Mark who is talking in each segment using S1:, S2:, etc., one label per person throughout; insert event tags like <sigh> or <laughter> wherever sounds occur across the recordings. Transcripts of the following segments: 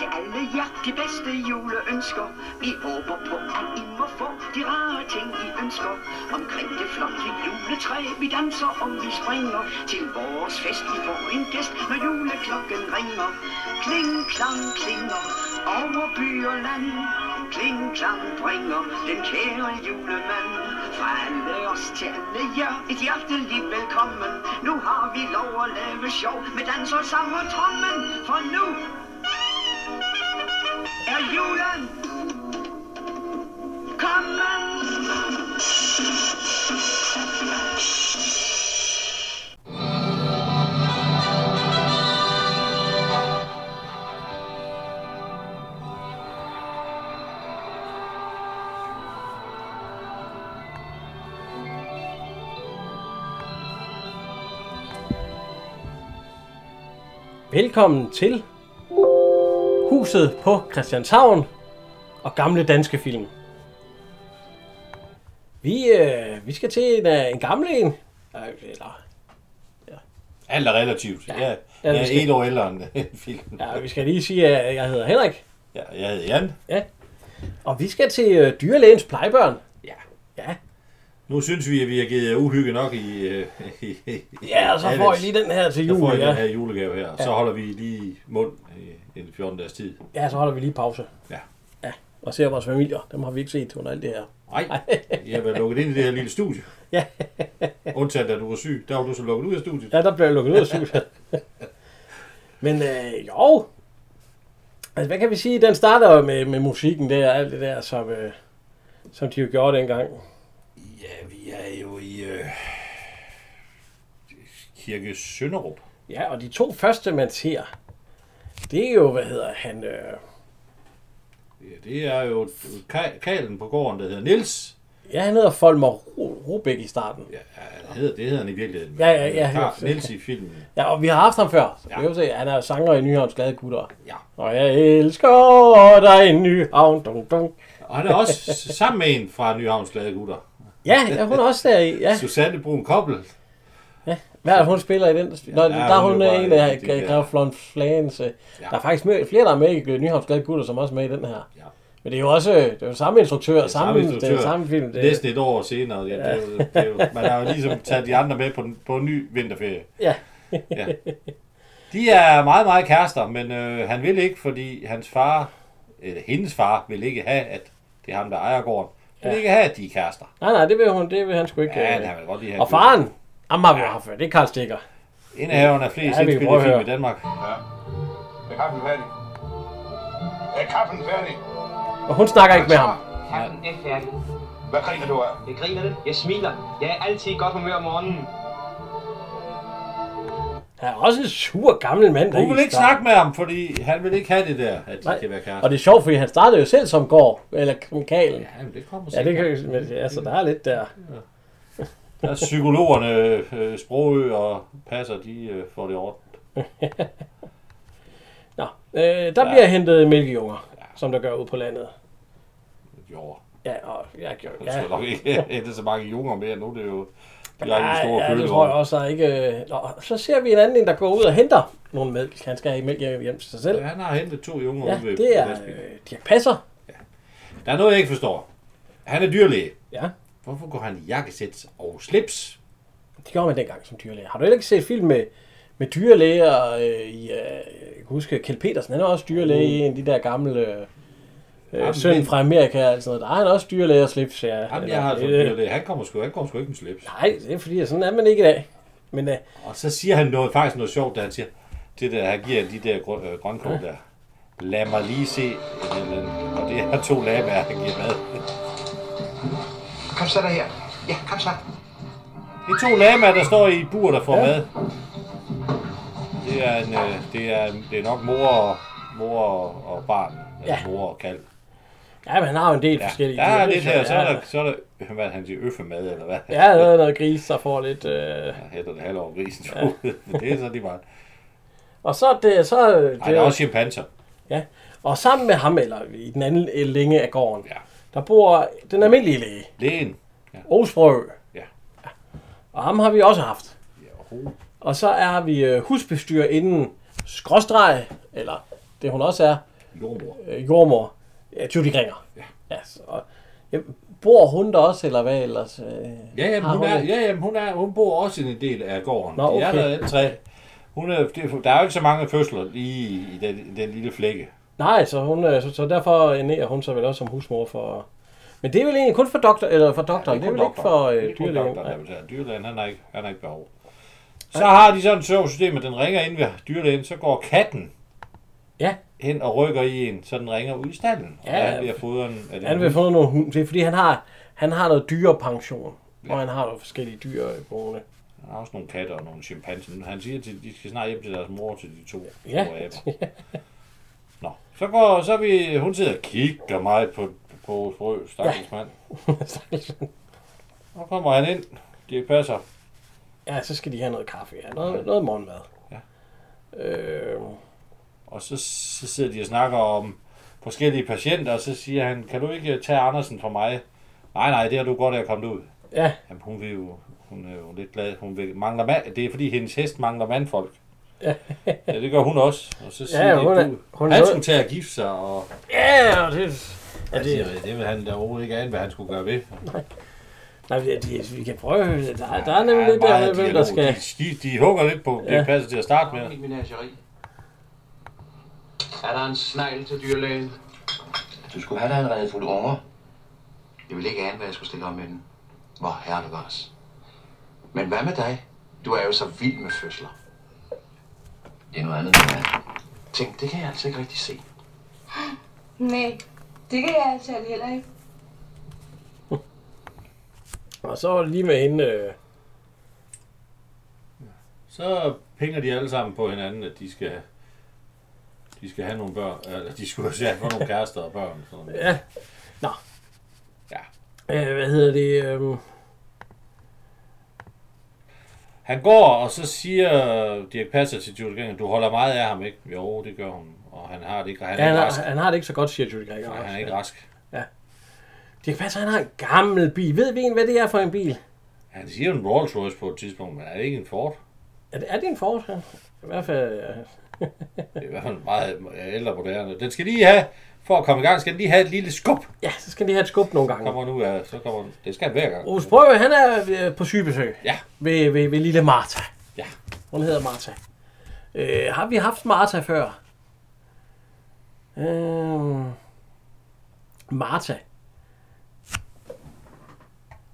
S1: jer de bedste juleønsker. Vi håber på, at I må få de rare ting, I ønsker. Omkring det flotte juletræ, vi danser og vi springer. Til vores fest, I får en gæst, når juleklokken ringer. Kling, klang, klinger, over by og land. Kling, klang, bringer den kære julemand. Fra alle os til alle jer, et hjerteligt velkommen. Nu har vi lov at lave sjov med dans og sang og trommen. For nu er julen kommet.
S2: Velkommen til Huset på Christianshavn og gamle danske film. Vi, øh, vi skal til en, øh, en gammel en. Øh, Eller,
S3: Alt er relativt. Ja, ja, jeg
S2: vi
S3: er
S2: skal-
S3: et år ældre end den film.
S2: ja, vi skal lige sige, at jeg hedder Henrik.
S3: Ja, jeg hedder Jan.
S2: Ja. Og vi skal til øh, dyrlægens plejebørn.
S3: Ja.
S2: Ja.
S3: Nu synes vi, at vi har givet uhygge nok i... øh, i, i
S2: Ja, og så får
S3: Alex.
S2: I lige den her til
S3: Så får
S2: jul.
S3: I den
S2: Ja.
S3: her julegave her. Så holder vi lige mund i en 14 dages tid.
S2: ja, så holder vi lige pause.
S3: Ja.
S2: Ja, og ser vores familier. Dem har vi ikke set under alt det her.
S3: Nej, jeg har været lukket ind i det her lille studie.
S2: Ja.
S3: Undtagen da du var syg, der var du så lukket ud af studiet.
S2: Ja, der blev jeg <laughs> lukket ud af studiet. Men øh, jo, altså hvad kan vi sige, den starter jo med, med musikken der og alt det der, som, øh, som de jo gjorde dengang.
S3: Ja, vi er jo i øh, Kirke Sønderup.
S2: Ja, og de to første, man ser, det er jo, hvad hedder han, øh,
S3: Ja, det er jo ka- kalen på gården, der hedder Nils.
S2: ja, han hedder Folmer Ro- Robæk i starten.
S3: Ja, han hedder, det hedder han i virkeligheden.
S2: Ja, ja, ja.
S3: Carl Nils i filmen.
S2: Ja, og vi har haft ham før, så
S3: Ja.
S2: ja. vi kan jo se, han er jo sanger i Nyhavns Glade Gutter.
S3: Ja.
S2: Og jeg elsker dig, Nyhavn, dunk, dunk.
S3: Og han er også sammen med en fra Nyhavns Glade Gutter.
S2: Ja, ja, hun er også deri, ja.
S3: Susanne Brun Kobbel.
S2: Hvad er det, hun spiller i den? Nå, ja, der er
S3: hun
S2: hun
S3: er jo
S2: en
S3: bare-
S2: af
S3: det der-
S2: Greve Flon Flans. øh.
S3: Ja.
S2: Der er faktisk mere- flere, der er med i Nyhavns Glade Gutter, som også er med i den her.
S3: Ja.
S2: Men det er jo også øh, det er jo samme instruktør, samme, samme,
S3: instruktør.
S2: Det er samme film. Det,
S3: Næsten et år senere. Ja, det, er jo- det, er jo- man har jo ligesom taget de andre med på, den- på en ny vinterferie.
S2: Ja.
S3: ja. De er meget, meget kærester, men øh, han vil ikke, fordi hans far, eller hendes far, vil ikke have, at det er ham, der ejer gården. Vil ikke have, at de er kærester.
S2: Nej, nej, det vil, hun, det vil han sgu ikke.
S3: Ja,
S2: øh.
S3: han vil godt lige have.
S2: og faren, ham har vi jo haft før. Det er Karl Stikker.
S3: Indehaveren af flest
S2: Ja, vi kan
S3: indspillede
S2: prøve at
S3: film i
S2: høre.
S3: Danmark.
S4: Ja. Er kaffen færdig? Er kaffen færdig?
S2: Og hun snakker ikke med ham.
S5: Kaffen er færdig.
S4: Hvad griner du af?
S5: Jeg griner lidt. Jeg smiler. Jeg er altid i godt humør om morgenen.
S2: Han er også en sur gammel mand. der
S3: Hun vil
S2: i
S3: ikke
S2: starten.
S3: snakke med ham, fordi han vil ikke have det der, at de
S2: Nej.
S3: kan være kærester.
S2: Og det er sjovt, fordi han startede jo selv som gård, eller som Kalen.
S3: Ja, men det kommer
S2: Ja, det
S3: sikkert.
S2: kan men, altså, der er lidt der.
S3: Der er psykologerne, øh, Sprogø og Passer, de øh, får det ordnet.
S2: Nå, øh, der bliver hentet mælkejunger, som der gør ud på landet.
S3: Jo,
S2: Ja, og jeg gjorde
S3: det skal nok ikke <laughs> hente så mange junger mere. Nu er det jo de
S2: Ja,
S3: rigtig
S2: ja,
S3: store
S2: det tror
S3: kølevogne.
S2: jeg også, der er ikke... øh, Nå, så ser vi en anden en, der går ud og henter nogle mælk. Han skal have mælk hjem til sig selv.
S3: Ja, Han har hentet to junger
S2: Ja,
S3: ude ved
S2: det er
S3: lastbilen.
S2: øh, Dirk Passer.
S3: Der er noget, jeg ikke forstår. Han er dyrlæge.
S2: Ja,
S3: Hvorfor går han i jakkesæt og slips?
S2: det gjorde man dengang som dyrlæge. Har du heller ikke set film med, med dyrlæger øh, i... Øh, jeg kan huske, Kjeld Petersen, han er også dyrlæge i en af de der gamle... Øh,
S3: Mm. Jamen,
S2: øh, søn
S3: men-
S2: fra Amerika og sådan noget. Der er han også dyrlæge og slips, ja.
S3: Jamen,
S2: Eller,
S3: jeg har altså som
S2: øh,
S3: dyrlæge. Han kommer sgu, han kommer sgu ikke med slips.
S2: Nej, det er fordi, sådan er man ikke i dag. Men øh,
S3: Og så siger han noget, faktisk noget sjovt, da han siger, det der, han giver de der grø- øh, grønkål der. Lad mig lige se. en eller anden." Og det er to lager, han giver mad.
S4: Kom så der her. Ja, kom så.
S3: Det er to lamaer, der står i bur, der får ja. mad. Det er, en, øh, det, er, det er nok mor og, mor og, og barn. Eller
S2: Ja.
S3: ja. mor og kalv.
S2: ja, men han har jo en del
S3: Ja,
S2: forskellige
S3: der er
S2: dyr,
S3: lidt
S2: ikke?
S3: her. Så
S2: Ja.
S3: er der, så er der hvad han siger, øffemad, eller hvad?
S2: Ja, der er noget gris, der får lidt... Øh...
S3: Jeg hætter det halv over grisen. Ja. Men <laughs> det er så lige meget.
S2: Og så er det, så, øh, det
S3: Ej, der er også chimpanser.
S2: ja. Og sammen med ham, eller i den anden øh, længe af gården,
S3: Ja.
S2: der bor den almindelige læge,
S3: Lægen.
S2: Osprø.
S3: Ja.
S2: Og ham har vi også haft.
S3: Ja, ho.
S2: Og så er vi øh, husbestyrer inden skråstreg, eller det hun også er,
S3: Jordmor.
S2: øh, jordmor, øh, Judy Ringer. Ja. ja så, og, ja, bor hun der også, eller hvad ellers? Øh,
S3: Ja, jamen,
S2: har
S3: hun, er,
S2: det?
S3: ja, jamen, hun, er, hun bor også i en del af gården.
S2: Nå,
S3: Nå, okay. De er
S2: okay.
S3: der alle tre. Hun er, det, der er jo ikke så mange fødsler lige i den, i den lille flække.
S2: Nej, så, hun, øh, så, så derfor ernærer hun sig vel også som husmor for... Men det er vel egentlig kun for doktor, eller for doktoren, ja, det, er vel ikke for øh, dyrlægen. Nej.
S3: dyrlægen. Dyrlægen, han har ikke, han har ikke behov. Så har de sådan et sovsystem, at den ringer ind ved dyrlægen, så går katten
S2: Ja.
S3: hen og rykker i en, så den ringer ud i stallen. Ja, og
S2: Ja,
S3: han bliver foderen af den
S2: Han vil have fundet nogle hund, det er fordi han har, han har noget dyrepension, ja. og han har nogle forskellige dyr i boende. <laughs>
S3: Han har også nogle katter og nogle chimpanser. Han siger, at de skal snart hjem til deres mor til de to
S2: Ja.
S3: store aber. Nå, så går så er vi, hun sidder og kigger meget på, på frø, stakkels mand. Så kommer han ind, de passer.
S2: ja, så skal de have noget kaffe, ja, noget, noget morgenmad.
S3: Ja.
S2: Øh,
S3: Og så, så sidder de og snakker om forskellige patienter, og så siger han, kan du ikke tage Andersen fra mig? Nej, nej, det har du godt af at komme ud.
S2: ja,
S3: Jamen, hun, vil jo, hun er jo lidt glad. Hun vil, mangler mand. Det er fordi, hendes hest mangler mandfolk. Ja. ja, det gør hun også. Og så siger
S2: Ja,
S3: ja,
S2: hun
S3: hun
S2: er-
S3: det, du,
S2: hun er
S3: han
S2: noget-
S3: skulle tage at gifte sig, og
S2: ja, og det, ja,
S3: ja,
S2: det,
S3: Altså, det, det vil han da overhovedet ikke ane, hvad han skulle gøre ved.
S2: Nej, vi, de, vi kan prøve. Der, der er nemlig
S3: Ja,
S2: lidt der,
S3: meget
S2: med, hvem der
S3: dialog.
S2: skal...
S3: De, de, de hugger lidt på, det
S2: Ja.
S3: passer til at starte med.
S5: Mit menageri. Er der en snegl til dyrlægen?
S6: Du skulle have dig en redfuld unger.
S5: Jeg vil ikke ane, hvad jeg skulle stille om med den. Hvor herre det Men hvad med dig? Du er jo så vild med fødsler.
S6: Det er noget andet end mig.
S5: Tænk, det kan jeg altså ikke rigtig se.
S7: Nej, det kan jeg altså heller ikke.
S2: Og så var det lige med hende... Øh,
S3: Så pinger de alle sammen på hinanden, at de skal de skal have nogle børn, eller de skulle også have nogle kærester og børn. Sådan noget.
S2: ja, øh, hvad hedder det? Øh,
S3: Han går, og så siger Dirk Passer til Julie Grænger, du holder meget af ham, ikke? Jo, det gør hun, og han har det ikke, og han
S2: ja,
S3: er
S2: han,
S3: ikke
S2: har,
S3: rask.
S2: han har det ikke så godt, siger Judy Greger.
S3: Nej, han er
S2: også.
S3: ikke rask.
S2: Det kan passe, at han har en gammel bil. Ved vi en, hvad det er for en bil?
S3: Han siger jo en Rolls Royce på et tidspunkt, men er det ikke en Ford?
S2: Er det, er det en Ford? ja? I hvert fald... Øh,
S3: Det er i hvert fald meget ældre moderne. Den skal lige have, for at komme i gang, skal den lige have et lille skub.
S2: ja, så skal de have et skub nogle gange.
S3: Kommer nu, ja, så kommer den. Det skal den hver gang.
S2: Rose Brøgge, han er øh, på sygebesøg.
S3: Ja.
S2: Ved, ved, ved lille Martha.
S3: Ja.
S2: Hun hedder Martha. Øh, har vi haft Martha før? Øh, Martha.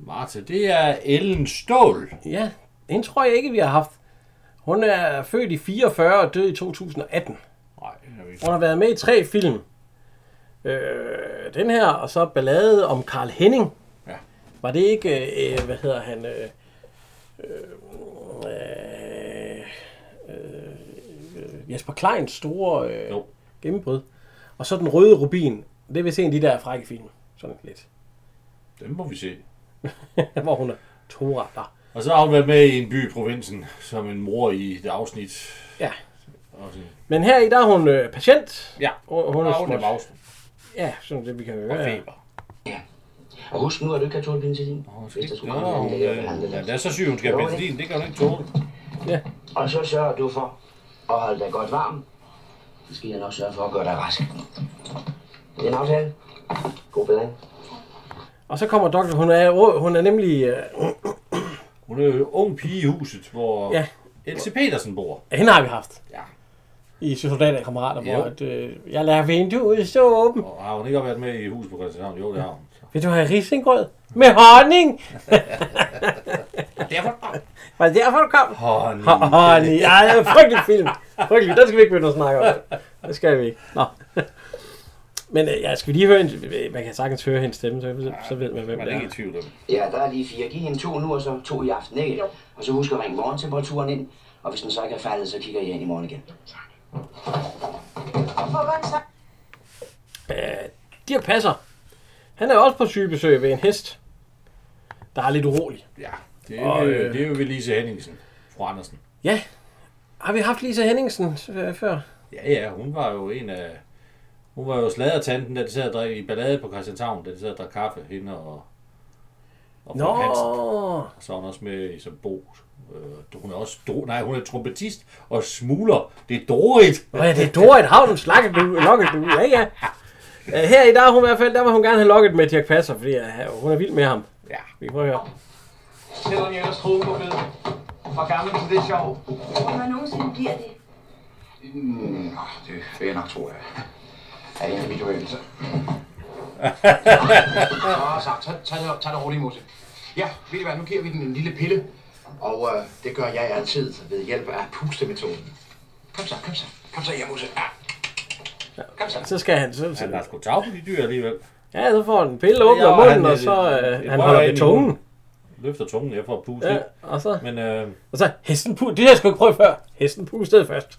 S3: Martha, det er Ellen Stål.
S2: Ja, hende tror jeg ikke, vi har haft. Hun er født i 44 og død i 2018.
S3: Nej, det er vi ikke.
S2: Hun har været med i tre film. Øh, den her, og så ballade om Karl Henning.
S3: Ja.
S2: Var det ikke, øh, hvad hedder han? Øh, øh, øh, øh, Jesper Kleins store øh,
S3: Jo.
S2: gennembrud. Og så den røde rubin. Det er vist en af de der frække film. Sådan lidt. <laughs>
S3: Den må vi se.
S2: Hvor hun er to retter.
S3: Og så har hun været med i en by i provinsen, som en mor i det afsnit.
S2: Ja.
S3: Og så-
S2: Men her i, der er hun øh, patient.
S3: Ja,
S2: Hun, hun er,
S3: hun er
S2: småt.
S3: mausen
S2: Ja, sådan det vi kan høre.
S3: og
S2: ja.
S3: feber.
S6: Og husk nu, at du ikke har tålt penicillin.
S3: Hun skal
S6: Hvis der
S3: ikke
S6: skulle
S3: gøre,
S6: komme en
S3: hun,
S6: læge og
S3: øh,
S6: behandle
S3: ja,
S6: dig.
S3: den er så syg, hun skal have penicillin. Det kan hun ikke tåle.
S6: Og så sørger du for at holde dig godt varm. Så skal jeg nok sørge for at gøre dig rask. Det er en aftale. God bedring.
S2: Og så kommer doktor, hun er, hun er nemlig, øh,
S3: Hun er jo ung pige i huset, hvor
S2: Ja.
S3: Else Petersen bor.
S2: hende har vi haft.
S3: Ja.
S2: I Soldater og Kammerater, hvor
S3: Jo.
S2: at, øh, jeg lader vinduet stå åbent.
S3: Og har hun ikke også været med i huset på Christianshavn? Jo, det har hun. Så.
S2: Vil du have risengrød? Med honning!
S3: Derfor
S2: Var det derfor, du
S3: <laughs>
S2: kom?
S3: Honey.
S2: Honning. Ja, det er en frygtelig film. Frygtelig. Den skal vi ikke begynde at snakke om. Det skal vi ikke. Nå. <laughs> Men øh, ja, skal vi lige høre en, man kan sagtens høre hendes stemme, så, så ved man, hvem
S3: Man
S2: det
S3: er ikke
S2: er.
S3: i tvivl om.
S6: Ja, der er lige fire. Giv hende to nu, og så to i aften, ikke? Jo. Og så husk at ringe morgentemperaturen ind. Og hvis den så ikke er faldet, så kigger jeg ind i morgen igen.
S7: Hvorfor var det så?
S2: Øh, Dirk Passer. Han er jo også på sygebesøg ved en hest, der er lidt urolig.
S3: Ja, det
S2: Og,
S3: er, jo,
S2: øh,
S3: det er jo ved Lise Henningsen, fru Andersen.
S2: Ja. Har vi haft Lisa Henningsen øh, før?
S3: Ja, ja, hun var jo en af... Hun var jo sladertanten, da de sad og drak i ballade på Christianshavn, da de sad og drak kaffe, hende og Og
S2: Nå,
S3: Nå. Hansen. Og så er hun også med i som Bo. Øh, hun er også do, nej, hun er trompetist og smugler. Det er Dorit.
S2: Nå ja, det er Dorit Havnens lakkedue, lokkedue, ja ja. Øh, Her i dag, hun i hvert fald, der var hun gerne have lokket med Dirk Passer, fordi øh, hun er vild med ham.
S3: Ja.
S2: Vi kan prøve at høre.
S8: Selvom jeg ellers troede på det. Fra gammel til det sjov.
S7: Om man nogensinde bliver det.
S5: Mm, nå, det vil jeg nok tro, jeg er en af videoøvelser.
S4: Nå, så tag, tag, det, tag det roligt, Musse. Ja, ved I hvad, nu giver vi den en lille pille.
S5: Og øh, det gør jeg altid ved hjælp af pustemetoden.
S4: Kom så, kom så. Kom så, ja, Musse. Ja. Kom så.
S2: Så skal han så,
S3: Han
S2: så
S3: har sgu tag på de dyr alligevel.
S2: Ja, så får han en pille, åbner
S3: Ja, og
S2: munden,
S3: han,
S2: og så
S3: øh,
S2: øh,
S3: det
S2: han
S3: rører
S2: holder ved
S3: ind i
S2: tungen.
S3: munden. Løfter tungen, jeg får pustet.
S2: Ja,
S3: Ja.
S2: og så,
S3: Men øh,
S2: og så hesten pu- det har jeg sgu ikke prøvet før. Hesten pustede først.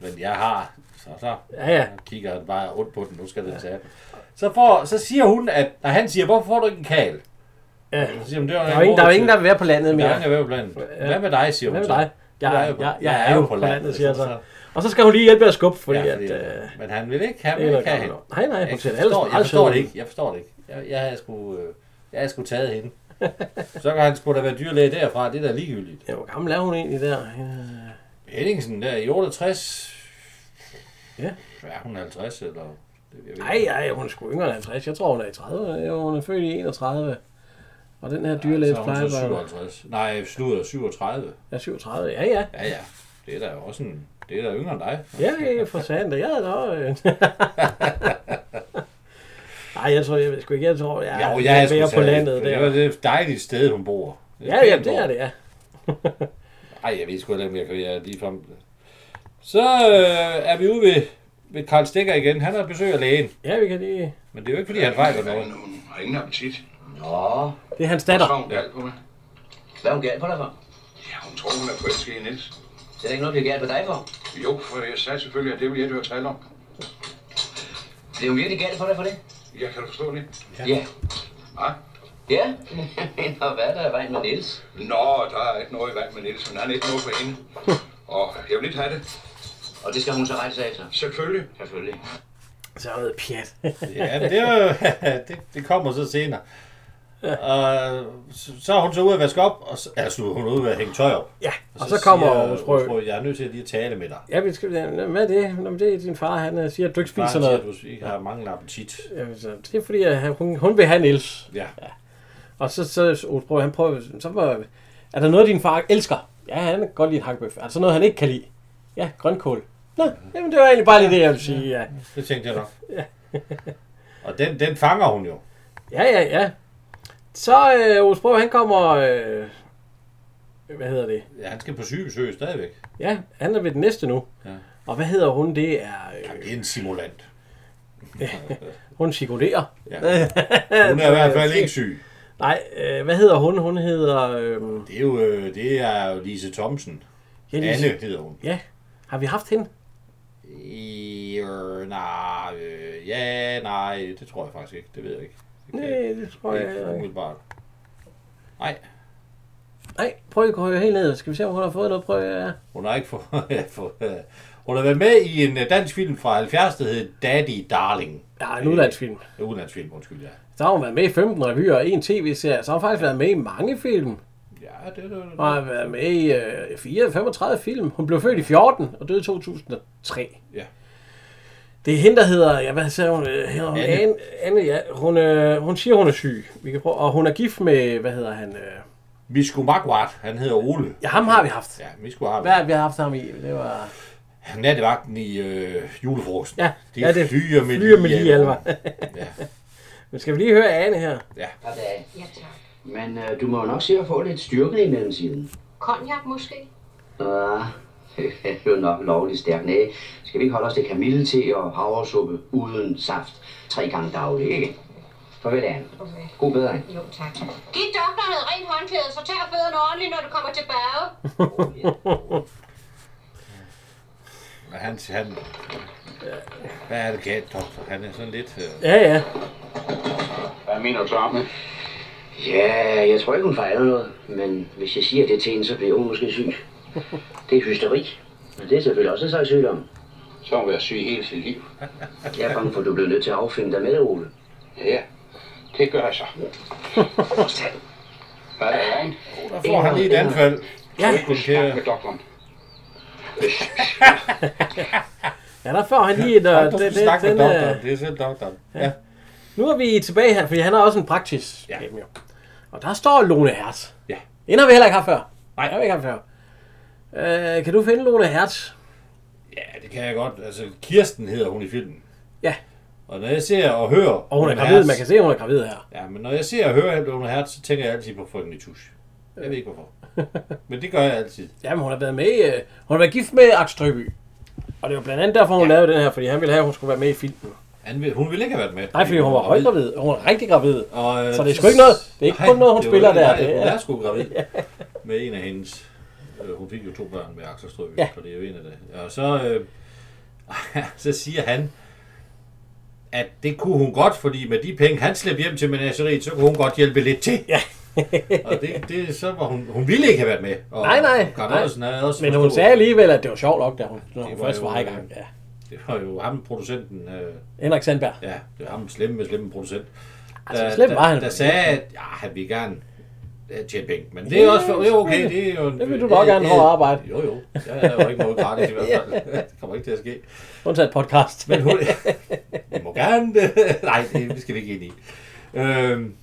S3: Men jeg har... Så, så
S2: Ja, ja.
S3: kigger han bare ondt på den. Nu skal den tage den. Så, får, så siger hun, at... Og han siger, hvorfor får du ikke en kal?
S2: Ja.
S3: Så siger, hun, det var
S2: Der er jo ingen, der, er jo ingen, der vil være på landet
S3: mere. Der er
S2: mere.
S3: ingen, der vil blandt. Hvad med dig, siger hun
S2: Hvad med
S3: så.
S2: dig? Jeg,
S3: Jeg
S2: jeg,
S3: er jo på-
S2: jeg, jeg er jo på landet, siger jeg
S3: så-
S2: så. Og så skal hun lige hjælpe med at skubbe, fordi
S3: Ja,
S2: at...
S3: fordi,
S2: Øh,
S3: øh, men han vil ikke, han
S2: det
S3: vil
S2: er
S3: ikke
S2: noget
S3: have
S2: gammelt
S3: hende.
S2: noget. Nej, nej, hun
S3: Jeg
S2: ser ellers
S3: forstår, jeg
S2: meget
S3: forstår
S2: sød
S3: det
S2: ud.
S3: ikke. Jeg forstår det ikke. Jeg, jeg havde sgu, øh, jeg havde sgu taget hende. Så kan han sgu da være dyrlæge derfra. Det er da ligegyldigt.
S2: Ja, hvor gammel er hun egentlig der? Ja.
S3: Henningsen der i 68.
S2: Ja.
S3: Ja, hun er 50 eller... det- jeg ved
S2: Nej,
S3: ikke.
S2: nej, hun er sgu yngre end 50. Jeg tror, hun er i 30. Ja, Hun er født i 31. Og den her
S3: Så
S2: dyrlæge
S3: er hun så
S2: plejer
S3: 57. Nej, slutter 37.
S2: er 37. Ja, ja.
S3: Ja, ja. Det er da også en... Det er da yngre end dig.
S2: Ja, ja, for sandt. Ja, da.
S3: <laughs>
S2: øh. Nej, jeg tror, jeg ved sgu ikke. Jeg tror, jeg,
S3: Jo,
S2: jeg,
S3: jeg
S2: jeg
S3: er
S2: er
S3: sgu
S2: mere på
S3: taget.
S2: landet
S3: Det er
S2: der.
S3: det dejlige sted, hun bor.
S2: Ja, ja, det er det, ja.
S3: Nej, jeg ved sgu heller ikke, om jeg kan være ligefrem. Så øh, er vi ude ved, ved Karl Stikker igen. Han har besøg af lægen.
S2: Ja, vi kan lige...
S3: Men det er jo ikke, fordi han
S2: <laughs>
S3: fejler noget.
S4: Hun har ingen appetit.
S5: Nå,
S2: Det er hans datter.
S4: hun galt på mig.
S5: hvad er hun galt på dig for?
S4: Ja, hun tror, hun er forelsket i Niels.
S5: Det er ikke noget, der bliver galt på dig for.
S4: Jo, for jeg sagde selvfølgelig, at det ville jeg høre tale om.
S5: Det er jo virkelig galt for dig for det.
S4: Jeg kan du forstå det?
S5: Ja. Ja.
S4: Hva?
S5: ja. <laughs> og hvad er der i vejen med Niels?
S4: Nå, der er ikke noget i vejen med Niels, men han er ikke noget for <laughs> hende. Og jeg vil ikke have det.
S5: Og det skal hun så rejse sig efter.
S4: Selvfølgelig.
S5: Selvfølgelig.
S2: Så er det noget pjat. <laughs>
S3: Ja, men det, er jo, <laughs> det, det kommer så senere. Og så, så er hun så ude at vaske op, og så, altså, hun er ude at hænge tøj op.
S2: Ja, og så kommer
S3: siger
S2: Aarhus Brø.
S3: Rø, Jeg er nødt til at lige at tale med dig.
S2: Ja, vi skal... Hvad er det? Nå, men det er din far, han øh, siger, at du ikke
S3: Bare
S2: spiser
S3: til,
S2: noget.
S3: at du ikke har mangel appetit.
S2: Ja, så det er fordi, at han- hun, hun vil have Niels.
S3: Ja.
S2: Og så, så Olsbro, han prøver, så var, er der noget, din far elsker? Ja, han kan godt lide en hakkebøf. Er der så noget, han ikke kan lide? Ja, grønkål. Nå, jamen det var egentlig bare lige det, jeg ville sige, ja.
S3: Det tænkte jeg nok. Og den, den fanger hun jo.
S2: Ja, ja, ja. Så øh, Olsbro, han kommer, øh, hvad hedder det?
S3: Ja, han skal på sygebesøg stadigvæk.
S2: Ja, han er ved den næste nu.
S3: Ja.
S2: Og hvad hedder hun? Det er, øh,
S3: Det er en simulant.
S2: hun psykoderer.
S3: Ja. <laughs> Hun er i hvert fald ikke syg.
S2: Nej, øh, hvad hedder hun? Hun hedder, øh,
S3: Det er jo, øh, det er jo Lise Thomsen.
S2: ja, Lise-
S3: Anne hedder hun.
S2: Ja, har vi haft hende?
S3: I, øh, nej, øh, ja, nej, det tror jeg faktisk ikke. Det ved jeg ikke. Det kan
S2: Nej,
S3: jeg
S2: det tror jeg
S3: ikke
S2: ikke.
S3: umiddelbart. Nej,
S2: Nej, prøv at gå helt ned. Skal vi se, om hun har fået noget? Prøv at...
S3: hun har ikke fået... <laughs> for, øh, hun har været med i en øh, dansk film fra 70'erne, der hed Daddy Darling.
S2: Ja, en udlandsfilm.
S3: Øh, Udenlandsfilm, undskyld, ja.
S2: Så har hun været med i 15 revyer og en tv-serie, så har hun faktisk været med i mange film.
S3: Ja, det er det.
S2: Hun har været med i øh, 4, 35 film. Hun blev født i 14 og døde i 2003.
S3: Ja.
S2: Det er hende, der hedder, ja, hvad sagde hun? Øh, hedder hun
S3: Anne.
S2: Anne. Anne, ja. Hun, øh, hun siger, hun er syg. Vi kan prøve, og hun er gift med, hvad hedder han? Øh,
S3: Misko Magwart, han hedder Ole.
S2: ja, ham har vi haft.
S3: Ja, Misko har
S2: Hvad har vi haft ham i? Det var...
S3: nattevagten i øh, julefrokosten.
S2: Ja,
S3: det,
S2: ja, det
S3: flyer med øh,
S2: flyer med lige alvor.
S3: <laughs> ja,
S2: Men skal vi lige høre Anne her?
S6: Goddag.
S7: Ja, tak.
S6: Men øh, du må jo nok se at få lidt styrke i mellemtiden.
S7: Cognac måske?
S6: <laughs> Ah, det er jo nok lovlig stærk. Næh, skal vi ikke holde os til kamillete og havresuppe uden saft tre gange dagligt, ikke? Farvel, Anne.
S7: Okay.
S6: God bedring.
S7: Jo, tak. Giv doktoren noget rent håndklæde, så tager fødderne ordentligt, når du kommer tilbage.
S3: og han, han, hvad er det galt, doktor? Han er sådan lidt... Øh,
S2: Ja, ja.
S4: Hvad mener du så om det?
S6: Ja, jeg tror ikke, hun fejler noget. Men hvis jeg siger det til hende, så bliver hun måske syg. Det er hysteri. Men det er selvfølgelig også en slags sygdom.
S4: Så vil jeg syg hele sit liv.
S6: Jeg er bange for, at du bliver nødt til at affinde dig med det, Ole.
S4: Ja, Det gør jeg <laughs> så. Hvad er der, Jan?
S3: Der får han lige et anfald.
S2: Ja.
S3: Ikke kun
S4: Snak
S3: kære.
S4: med doktoren.
S2: Ja, der får han lige... øh, Ja,
S3: Du skal snakke med
S2: øh,
S3: doktoren. Det er selv doktoren. Ja.
S2: Nu er vi tilbage her, fordi han har også en praktisk
S3: Ja.
S2: ja. jo. Og der står Lone Hertz.
S3: Ja.
S2: Den har vi heller ikke haft før. Nej, jeg har vi ikke haft før. Øh, kan du finde Lone Hertz?
S3: ja, det kan jeg godt. Altså, Kirsten hedder hun i filmen.
S2: Ja.
S3: Og når jeg ser og hører...
S2: Og hun er
S3: Lone
S2: gravid.
S3: Hertz-
S2: Man kan se, at hun er gravid her.
S3: Ja, men når jeg ser og hører Lone Hertz, så tænker jeg altid på frøken i tusch. Jeg ved
S2: <laughs>
S3: ikke hvorfor. Men det gør jeg altid.
S2: Jamen, hun har været med i, øh, hun har været gift med Akstrøby. Og det var blandt andet derfor, hun ja. lavede den her, fordi han ville have, at hun skulle være med i filmen.
S3: Han vil, hun ville ikke have været med.
S2: Nej, fordi hun var højt gravid. Hun var rigtig gravid.
S3: Og, øh,
S2: Så det er sgu ikke noget- det er ikke kun noget, hun
S3: det var
S2: spiller
S3: ikke-
S2: der,
S3: Nej,
S2: det
S3: hun
S2: er-
S3: er sgu
S2: <laughs>
S3: gravid med en af hendes. Øh, hun fik jo to børn med Axel Strøby,
S2: Ja.
S3: ja. så det er jo en af det. Og så, øh, <laughs> så siger han, at det kunne hun godt, fordi med de penge, han slæbte hjem til menageriet, så kunne hun godt hjælpe lidt til.
S2: Ja.
S3: og det, det, så var hun, hun ville ikke have været med. Og
S2: Nej, nej,
S3: Karen
S2: nej.
S3: Andersen havde også
S2: Men Altså, hun
S3: forstået-
S2: sagde alligevel, at det var sjovt nok, da hun, når hun
S3: var
S2: først
S3: jo,
S2: var i
S3: øh,
S2: gang. Ja.
S3: Det var jo ham, producenten, øh,
S2: Henrik Sandberg.
S3: Ja, det var ham slemme, slemme producent.
S2: Altså, slem var han
S3: Der,
S2: jo
S3: der
S2: ikke.
S3: sagde, at ja, han ville gerne øh, tjene penge. Men det er også for, det er okay. Det, er jo en,
S2: Det vil du nok gerne
S3: øh,
S2: have arbejde.
S3: Jo, jo. Jeg er jo ikke noget gratis i hvert
S2: <laughs>
S3: fald. Det kommer ikke til at ske.
S2: Undtaget <laughs> podcast.
S3: Men hun... Vi må gerne... <laughs> Nej, det det skal vi ikke ind i. Øhm,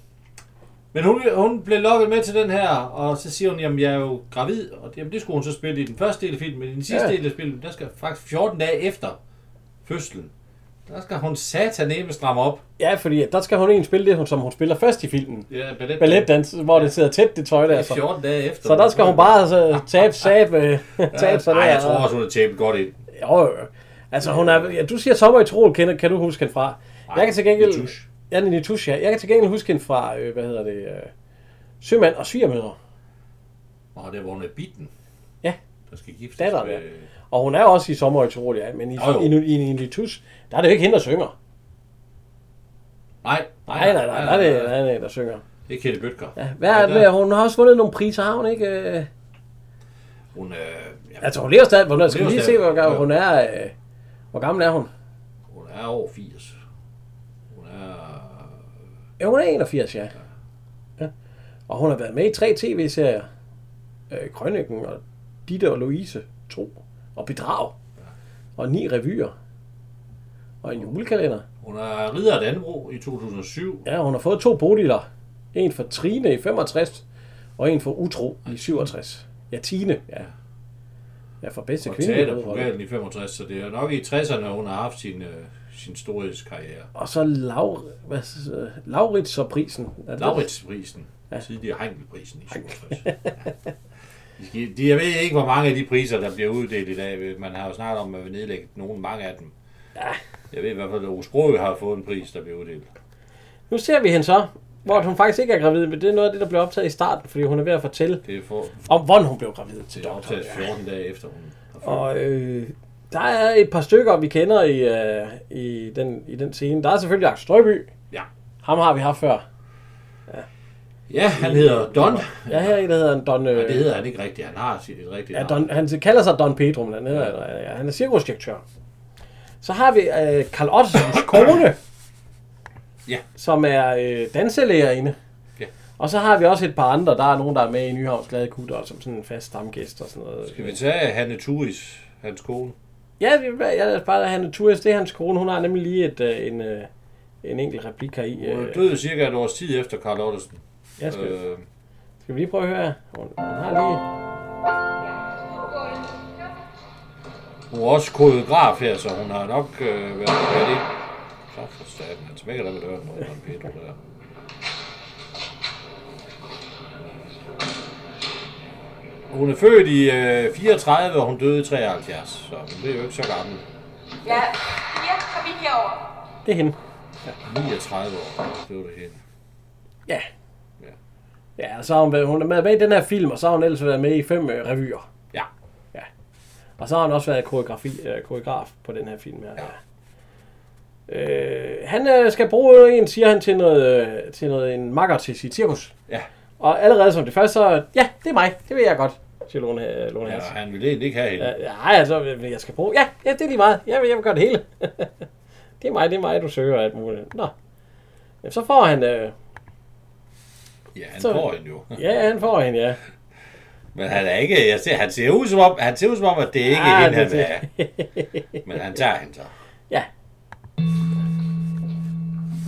S3: men hun, hun blev lukket med til den her, og så siger hun, jamen jeg er jo gravid, og det, jamen, det skulle hun så spille i den første del af filmen, men i den sidste
S2: Ja.
S3: del af filmen, der skal faktisk 14 dage efter fødslen, der skal hun sataneme stramme op.
S2: ja, fordi at der skal hun egentlig spille det, hun- som hun spiller først i filmen.
S3: Ja, ballet,
S2: Balletdans, hvor det sidder tæt, det tøj der.
S3: Det er
S2: Så,
S3: 14 dage efter.
S2: så der skal hun bare altså, tabe, tabe, øh, tabe sig
S3: Nej,
S2: der.
S3: jeg tror også, hun har tæppet godt ind.
S2: Jo, jo, jo. Altså, hun er, ja, du siger sommer i Troel, kan, kan du huske hende fra? jeg kan til gengæld...
S3: Nitush.
S2: Ja, det er Nitush, ja. Jeg kan til gengæld huske hende fra, øh, hvad hedder det, øh, Sømand og Svigermøder.
S3: Og det var hun er bitten.
S2: Ja.
S3: Der skal giftes
S2: Datteren,
S3: med...
S2: ja. Og hun er også i sommer i Troel, ja. Men i,
S3: Jo, jo.
S2: i, i, i, i Nitush, der er det jo ikke hende, der synger.
S3: Nej,
S2: Nej, nej, nej, der er det, der, er det, der synger.
S3: Det er Kjelle Bøtger.
S2: Ja, hvad er det, hun har også vundet nogle priser, har hun ikke? Øh,
S3: Hun, øh, ja,
S2: altså, hun lever stadig, hun er, skal vi lige
S3: lever
S2: se,
S3: stadig.
S2: hvor gammel
S3: Jo.
S2: hun er. Øh, hvor gammel er hun?
S3: hun er over 80. Hun er...
S2: Ja, hun er 81, ja. ja. Og hun har været med i tre tv-serier. Øh, Krønningen og Ditte og Louise 2. Og Bedrag. Og ni revyer. Og en julekalender.
S3: Hun er ridder af Danbro i 2007.
S2: Ja, hun har fået to bodiler. En for Trine i 65, og en for Utro i 67. Ja, Tine, ja. Ja, for bedste
S3: Og
S2: kvinde.
S3: teaterpokalen i 65, så det er nok i 60'erne, hun har haft sin, øh, sin storheds karriere.
S2: Og så Laur... Hvad, Laurits og prisen. Er det-
S3: Lauritsprisen, ja. tidligere Heinkelprisen i 67. Ja. De skal- De, jeg ved ikke, hvor mange af de priser, der bliver uddelt i dag. Man har jo snart om at vil nedlægge nogen, mange af dem. Ja. Jeg ved i hvert fald, at Osbro har fået en pris, der bliver uddelt.
S2: Nu ser vi hende så, hvor hun faktisk ikke er gravid, men det er noget af det, der blev optaget i starten, fordi hun er ved at fortælle
S3: Det er, for,
S2: om, hvordan hun blev gravid til
S3: det er
S2: doktoren.
S3: optaget 14 dage efter, hun har fået.
S2: Og øh, der er et par stykker, vi kender i, øh, i, den, i den scene. Der er selvfølgelig Axel Strøby.
S3: Ja.
S2: Ham har vi haft før.
S3: Ja, han hedder Don.
S2: Ja, her er en, der hedder en Don... Øh,
S3: Ja, det hedder han ikke rigtigt. Han har sit et rigtigt
S2: ja,
S3: navn.
S2: Don, han kalder sig Don Pedro, men han, hedder, ja. han er cirkusdirektør. Så har vi øh, Carl
S3: <coughs>
S2: Ottesens kone,
S3: Ja.
S2: som er øh, danselærerinde.
S3: Ja.
S2: Og så har vi også et par andre. Der er nogen, der er med i Nyhavns Glade Kutter, som sådan en fast stamgæst og sådan noget.
S3: Skal vi tage Hanne Turis, hans kone?
S2: Ja, det er, jeg er bare, at han er Turis, det er hans kone. Hun har nemlig lige et, øh, en, øh, en enkelt replik her i.
S3: Hun
S2: øh,
S3: øh. døde cirka et års tid efter Karl Ottesen.
S2: Jeg skal, øh.
S3: Øh,
S2: skal vi lige prøve at høre? Hun, hun har lige...
S3: hun er også koreograf her, så hun har nok øh, været fat i. Så for staten, han smækker der ved døren, når Don Pedro der. Hun er født i øh, 34, og hun døde i 73, så hun blev jo ikke så gammel.
S7: Ja, fire, kom ind herover.
S2: Det er hende.
S3: 39 år, blev det hende.
S2: Ja.
S3: Ja.
S2: Ja, og så har hun, været, hun er med i den her film, og så har hun ellers været med i fem øh, revyer.
S3: Ja.
S2: Og så har hun også været koreografi, øh, koreograf på den her film her. Ja. Øh, han øh, skal bruge en, siger han, til noget, øh, til noget en makker til sit cirkus.
S3: Ja.
S2: Og allerede som det første, så, ja, det er mig, det vil jeg godt, siger Lone, øh, Lone
S3: Ja,
S2: Hertz.
S3: han ville egentlig ikke have hende.
S2: Øh, Nej, altså, jeg skal bruge... Ja, <laughs> ja det er lige meget. Jeg vil, jeg vil gøre det hele. det er mig, det er mig, du søger og alt muligt. Nå. Jamen, så får han... Øh,
S3: Ja, han
S2: Så-
S3: får hende jo.
S2: ja, han får hende, ja.
S3: Men han er ikke... Jeg ser, han, ser ud som om, han ser ud som om, at det er ikke
S2: Ah,
S3: ah, hende, han
S2: det-
S3: er. Men han tager hende så.
S2: ja.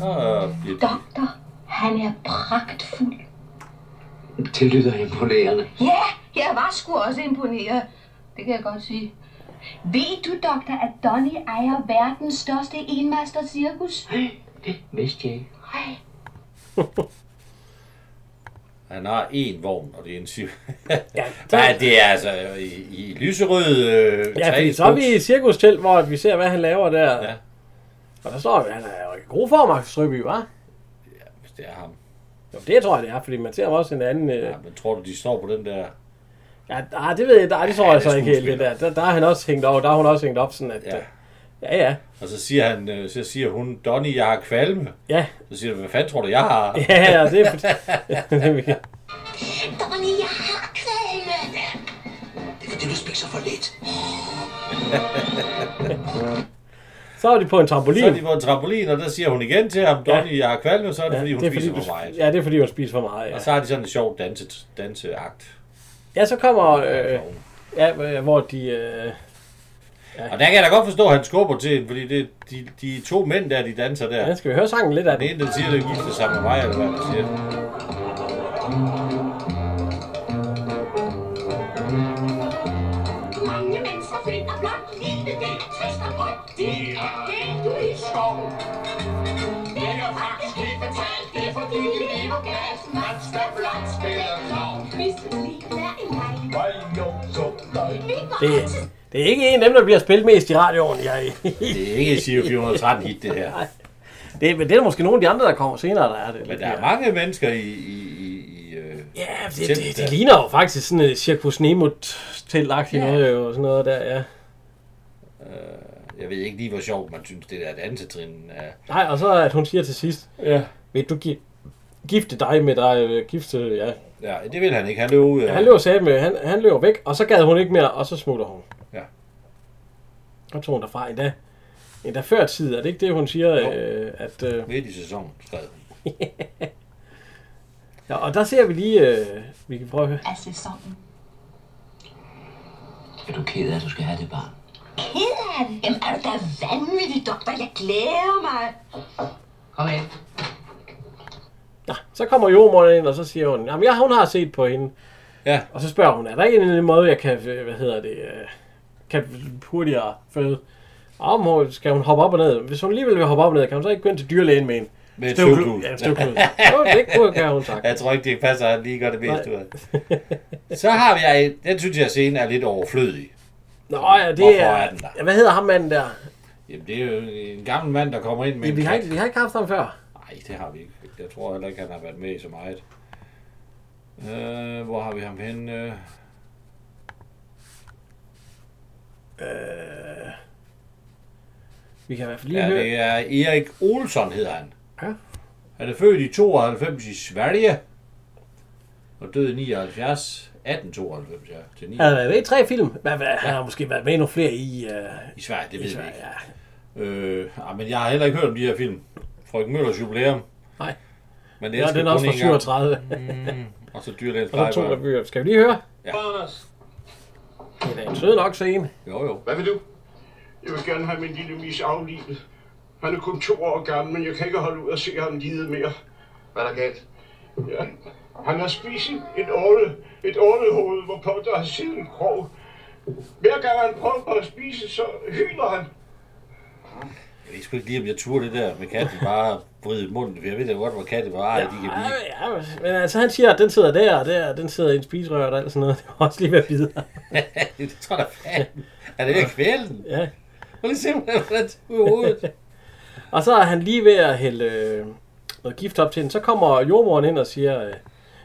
S3: Og bliver de-
S7: Doktor, han er pragtfuld.
S6: Det lyder imponerende.
S7: Ja, jeg var sgu også imponeret. Det kan jeg godt sige. Ved du, doktor, at Donny ejer verdens største enmastercirkus?
S6: Det vidste jeg ikke.
S7: Ej,
S3: han har én vogn, og det er en syv. <laughs>
S2: ja
S3: Hvad er det altså? I, i lyserød øh,
S2: <laughs> Ja, fordi så er vi i cirkustelt, hvor vi ser, hvad han laver der.
S3: Ja.
S2: Og der står vi, han er jo i god form, Max Strøby, hva'?
S3: Hvis det er ham.
S2: Jo, det tror jeg, det er, fordi man ser ham også en anden... Øh...
S3: Ja, men tror du, de står på den der...
S2: Ja, ah, det ved jeg, der, det tror
S3: Ja,
S2: jeg
S3: det er
S2: så ikke helt, det der. der. Der er han også hængt over, der er hun også hængt op, sådan at...
S3: Ja.
S2: Ja, ja, ja. <laughs>
S3: Og så siger, han, øh, så siger hun, Donny, jeg har kvalme.
S2: Ja,
S3: Så siger du, hvad fanden tror du, jeg har?
S2: <laughs> ja,
S3: <laughs>
S2: ja det er... det er-
S7: Donny, jeg har kvalme.
S5: Det er fordi, du spiser for lidt.
S2: så er de på en
S3: Så er de
S2: trampolin.
S3: på en trampolin, og der siger hun igen til ham, Donny, jeg har kvalme, så er det ja, fordi, hun det spiser for meget.
S2: du, ja, det er fordi, hun spiser for meget, ja.
S3: Og så har de sådan en sjov danse, danseagt.
S2: Ja, så kommer... Øh,
S3: Øh.
S2: ja, øh, hvor de... Øh,
S3: Og der kan jeg da godt forstå, at han skubber til hende, fordi det, de, de to mænd der, de danser der.
S2: ja, skal vi høre sangen lidt af
S3: Den
S2: det?
S3: ene, der siger, at gifter sig med mig, eller hvad han
S2: <laughs>
S3: siger.
S7: Mange mennesker finder blot livet, det er trist og godt. Det er det, du i skov. Det er faktisk helt fatalt, det er fordi vi lever galt. Man skal blot spille klovn. Hvis livet er en leg. Vi går
S2: Det,
S7: altid
S2: det er ikke en af dem, der bliver spillet mest i radioen, jeg... <laughs>
S3: Det er ikke Sio 413 hit, det her.
S2: Det, er- men det er måske nogle af de andre, der kommer senere, der er det.
S3: Men der er mange mennesker i... i, i, i øh,
S2: Ja, det,
S3: Telt
S2: det,
S3: der.
S2: det ligner jo faktisk sådan et Circus Nemo til ja. noget jo, og sådan noget der, ja.
S3: jeg ved ikke lige, hvor sjovt man synes, det der dansetrin er.
S2: Nej, og så at hun siger til sidst,
S3: Ja.
S2: vil du gi- gifte dig med dig, øh, gifte, ja.
S3: ja det vil han ikke. Han løb ud.
S2: ja. Han løber sagde med, han, han løber væk, og så gad hun ikke mere, og så smutter hun.
S3: Ja.
S2: Og tog hun derfra endda, endda før tid, er det ikke det, hun siger,
S3: Jo.
S2: øh, at... Øh,
S3: Midt i sæsonen, skrev han.
S2: ja, og der ser vi lige, øh, vi kan prøve at høre.
S7: af sæsonen.
S5: Er du ked af, at du skal have det barn?
S7: Ked af det. Jamen er du da vanvittig, doktor? Jeg glæder mig.
S6: Kom ind.
S2: Ja, så kommer jordmoren ind, og så siger hun, jamen ja, hun har set på hende.
S3: Ja.
S2: Og så spørger hun, er der ikke en eller anden måde, jeg kan, øh, hvad hedder det, øh, kan hurtigere føde? Og Om hun, skal hun hoppe op og ned? Hvis hun alligevel vil hoppe op og ned, kan hun så ikke gå ind til dyrlægen med en
S3: Med et
S2: støvklud?
S3: støvklud.
S2: Ja, en støvklud. Jo, det kunne, kan hun sagt.
S3: <laughs> Jeg tror ikke, det passer, at han lige gør det mest
S2: Nej.
S3: ud af. det. Så har vi, en- den synes jeg, scenen er lidt overflødig.
S2: Nå ja, det
S3: Hvorfor er den der?
S2: Ja, hvad hedder ham manden der?
S3: Jamen, det er jo en gammel mand, der kommer ind med
S2: Ja,
S3: en
S2: vi, har
S3: kat.
S2: ikke, vi har ikke haft ham før.
S3: Nej, det har vi ikke. Jeg tror heller ikke, han har været med i så meget. Øh, hvor har vi ham henne? Øh,
S2: Vi kan i hvert fald lige
S3: Øh. Ja,
S2: høre.
S3: det er Erik Olsson, hedder han.
S2: Ja.
S3: Han er født i 92 i Sverige. Og døde i 79. 1892, ja. Til 9.
S2: Han har været med i tre film. Hvad, hvad, han har måske været med i nogle flere i... Øh,
S3: I Sverige, det ved
S2: i
S3: vi
S2: Sverige, ja.
S3: ikke. Øh, ej, men jeg har heller ikke hørt om de her film. Frøken Møllers jubilæum.
S2: Nej.
S3: Men det
S2: Ja,
S3: er sgu
S2: den er også
S3: kun
S2: fra
S3: én gang. Mm.
S2: 37.
S3: Og så dyrlægens
S2: Og så to
S3: plejebørn.
S2: revyer. Skal vi lige høre?
S8: Anders,
S2: Det er da en sød nok scene.
S3: Jo, jo.
S4: Hvad vil du? Jeg vil gerne have min lille mis aflivet. Han er kun to år gammel, men jeg kan ikke holde ud at se ham lide mere.
S5: Hvad er der galt?
S4: Ja. Han har spist et åle, et ålehoved, hvorpå der har siddet en krog. Hver gang han prøver at spise, så hyler han.
S3: Jeg ved sgu ikke lige, om jeg turde det der med katten bare vride i munden. For jeg ved da godt, hvor katte var. Ej, de kan blive.
S2: Ja, ja, men altså, han siger, at den sidder der, og der, og den sidder i en spiserør og alt sådan noget. Det var også lige ved at bide. ham.
S3: <laughs> det tror jeg da fanden. Er det ved at kvæle den?
S2: Ja.
S3: Prøv lige at se, hvordan den tog i hovedet.
S2: Og så er han lige ved at hælde øh, noget gift op til den. Så kommer jordmoren ind og siger... Øh,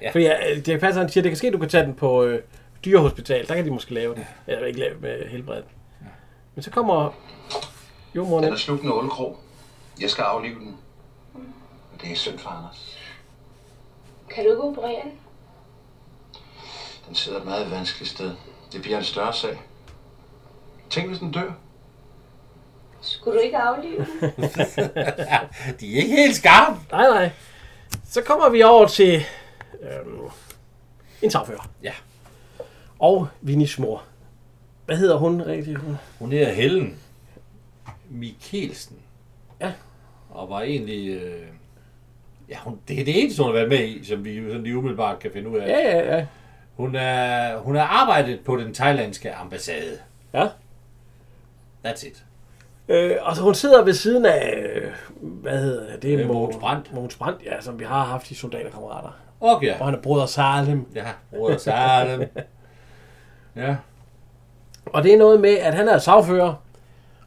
S3: Ja.
S2: ja. Fordi øh, det passer, han siger, det kan ske, du kan tage den på øh, dyrehospital. Der kan de måske lave det. Eller ikke lave med helbred. Men så kommer jordmoren
S5: Den
S2: ind.
S5: er slugt en ålkrog. Jeg skal aflive den. Og det er synd for Anders.
S7: Kan du ikke operere den?
S5: Den sidder et meget vanskeligt sted. Det bliver en større sag. Tænk, hvis den dør.
S9: Skulle du ikke aflive den?
S3: De er ikke helt skarpe.
S2: Nej, nej. Så kommer vi over til øhm, en tagfører.
S3: Ja.
S2: Og Vinnies mor. Hvad hedder hun rigtig? Hun?
S3: Hun hedder Helen Mikkelsen.
S2: Ja.
S3: Og var egentlig... Øh, ja, hun, det er det eneste, hun har været med i, som vi jo sådan lige umiddelbart kan finde ud af.
S2: Ja, ja, ja.
S3: Hun, er, hun har arbejdet på den thailandske ambassade.
S2: ja.
S3: That's it.
S2: Øh, og så hun sidder ved siden af, øh, hvad hedder det?
S3: Øh,
S2: Mo-
S3: Mogens Brandt.
S2: Mogens Brandt, ja, som vi har haft i soldaterkammerater.
S3: Okay.
S2: Og han er bror Salem.
S3: Ja, Roder Salem. Ja.
S2: Og det er noget med, at han er sagfører,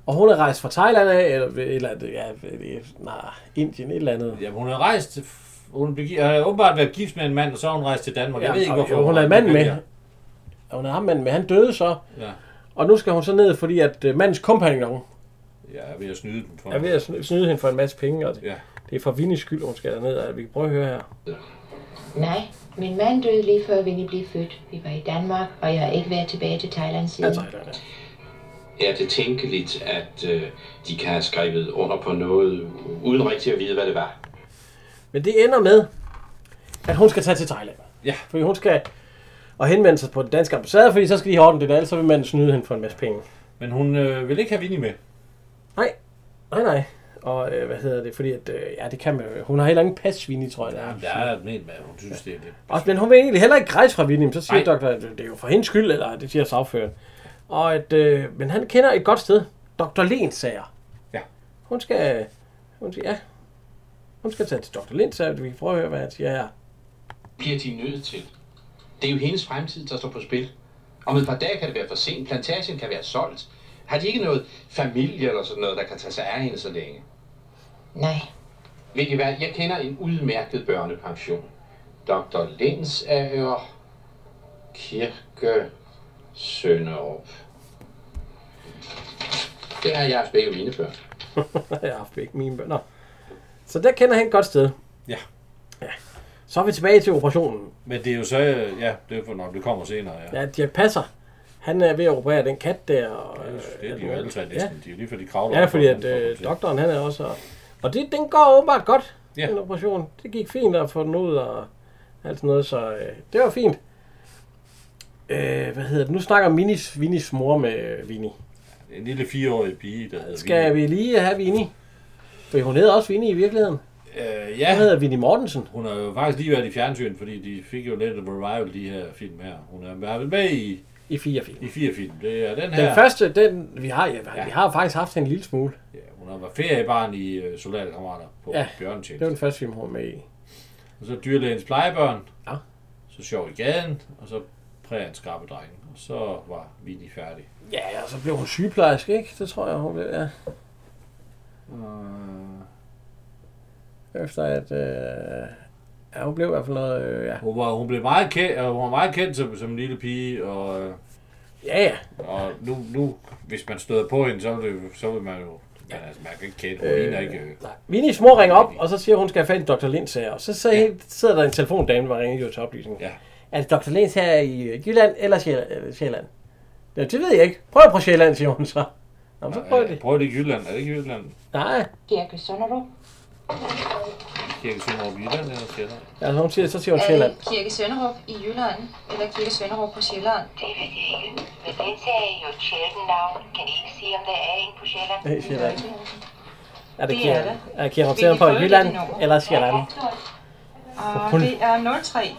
S2: og hun er rejst fra Thailand af, eller, ved- eller andet, ja, ved det, nej, Indien, et eller andet.
S3: Jamen, hun har rejst til... Hun blev, gi- har åbenbart været gift med en mand, og så har hun rejst til Danmark. Jeg ved ikke,
S2: og-
S3: hvorfor.
S2: og Hun er en mand med.
S3: Ja.
S2: Og hun er ham mand med. Han døde så,
S3: Ja,
S2: og nu skal hun så ned, fordi at øh, mandens kompagnon
S3: jeg er ved at snyde den for
S2: er ved at sny- snyde hende for en masse penge, og det,
S3: Ja.
S2: det er for Vinnies skyld, hun skal derned, og vi kan prøve at høre her.
S9: Nej, min mand døde lige før Vinnie blev født. Vi var i Danmark, og jeg har ikke været tilbage til Thailand siden.
S2: Altså, eller-
S5: Er det tænkeligt, at øh, de kan have skrevet under på noget, uden rigtig at vide, hvad det var?
S2: Men det ender med, at hun skal tage til Thailand.
S3: Ja.
S2: Fordi hun skal og henvende sig på den danske ambassade, fordi så skal de have orden det der, ellers så vil man snyde hende for en masse penge.
S3: Men hun øh, vil ikke have Vinnie med.
S2: Nej, nej, nej. Og øh, hvad hedder det? Fordi at, øh, ja, det kan man jo. Hun har heller ingen pas, Vinnie, tror jeg.
S3: Jamen, der er en med, hun synes, det er det.
S2: Og, men hun vil egentlig heller ikke rejse fra William. Så siger
S3: Nej.
S2: doktor, at det er jo for hendes skyld, eller det siger sagføren. Og at, øh, men han kender et godt sted. Dr. Lens sager.
S3: Ja.
S2: Hun skal, hun skal, ja. Hun skal tage til Dr. Lens sager. Vi kan prøve at høre, hvad han siger her.
S5: Bliver de nødt til? Det er jo hendes fremtid, der står på spil. Om et par dage kan det være for sent. Plantagen kan være solgt. Har de ikke noget familie eller sådan noget, der kan tage sig af hende så længe?
S9: Nej,
S5: Ved I hvad, jeg kender en udmærket børnepension. Dr. Lensager Kirke Sønderup. Det har jeg haft begge mine før.
S2: Jeg har haft ikke mine bønder. Så der kender han et godt sted.
S3: Ja.
S2: ja. Så er vi tilbage til operationen.
S3: Men det er jo så, øh, ja, det er for nok, det kommer senere, ja.
S2: Ja, Dirk Passer. Han er ved at operere den kat der. Og, øh,
S3: Det er de jo alle tre
S2: Ja,
S3: næsten. De er jo lige for de kravler.
S2: Ja,
S3: op,
S2: fordi
S3: og
S2: at
S3: sådan får dem
S2: øh,
S3: til.
S2: doktoren han er også... Og, og det, den går åbenbart godt,
S3: Ja.
S2: ja. den operation. Det gik fint at få den ud og alt sådan noget, så øh, det var fint. Øh, hvad hedder det? Nu snakker Minis, Vinis mor med øh, Vini.
S3: En lille fireårig pige, der hedder
S2: Skal
S3: Vinnie.
S2: vi lige have Vini? For hun hedder også Vini i virkeligheden.
S3: Øh,
S2: Hun
S3: ja,
S2: hedder Vini Mortensen.
S3: hun har jo faktisk lige været i fjernsyn, fordi de fik jo lidt et revival, de her film her. Hun er været med i,
S2: I fire film.
S3: i fire film. Det er den her.
S2: Den første, den vi har, ja, vi har faktisk haft en lille smule.
S3: Ja, hun har været feriebarn i uh, Soldaterkammerater på ja,
S2: Ja, Det var
S3: Bjørntjeneste.
S2: den første film, hun var med i.
S3: Og så dyrlægens plejebørn.
S2: Ja.
S3: Så sjov i gaden, og så præriens skarpe drenge. Og så var Vinnie færdig.
S2: Ja, og så blev hun sygeplejerske, ikke? Det tror jeg, hun blev, ja. Efter at... Øh, ja, hun blev i hvert fald noget... Øh, ja.
S3: Hun, var, hun blev meget kendt, og hun var meget kendt som, som en lille pige, og, øh,
S2: ja, ja.
S3: og nu, nu, hvis man støder på hende, så vil, det, jo- så vil man jo... Men altså, man kan ikke kende, hun øh, ligner ikke... Øh,
S2: Vinnies mor ringer op, og så siger, hun skal have fat i Dr. Lind, sager. Og så sidder, ja. sidder der en telefondame, der ringer jo til oplysningen.
S3: Ja.
S2: Er det Dr. Lind her i øh, Jylland eller Sjæl- øh, Sjælland? Ja, det ved jeg ikke. Prøv på Sjælland, siger hun så. Nå, men så prøv
S3: øh,
S2: det.
S3: prøv det i Jylland. Er det ikke i Jylland?
S2: Nej.
S9: Kirke Sønderup.
S3: Kirke Sønderup i Jylland, eller skal der?
S2: Altså, hun siger, så siger hun Sjælland.
S9: Kirke Sønderup i Jylland, eller Kirke Sønderup på Sjælland? Det ved jeg ikke. Men den sagde jo et sjældent navn. Kan I ikke sige, om der er en på Sjælland?
S10: Øh.
S2: Det er Sjælland. Er det
S9: Det
S2: Kira?
S9: er det.
S2: Er Kira Hotel på
S9: prøve det,
S2: Jylland
S9: det nummer?
S2: eller Sjælland?
S9: Og det er 03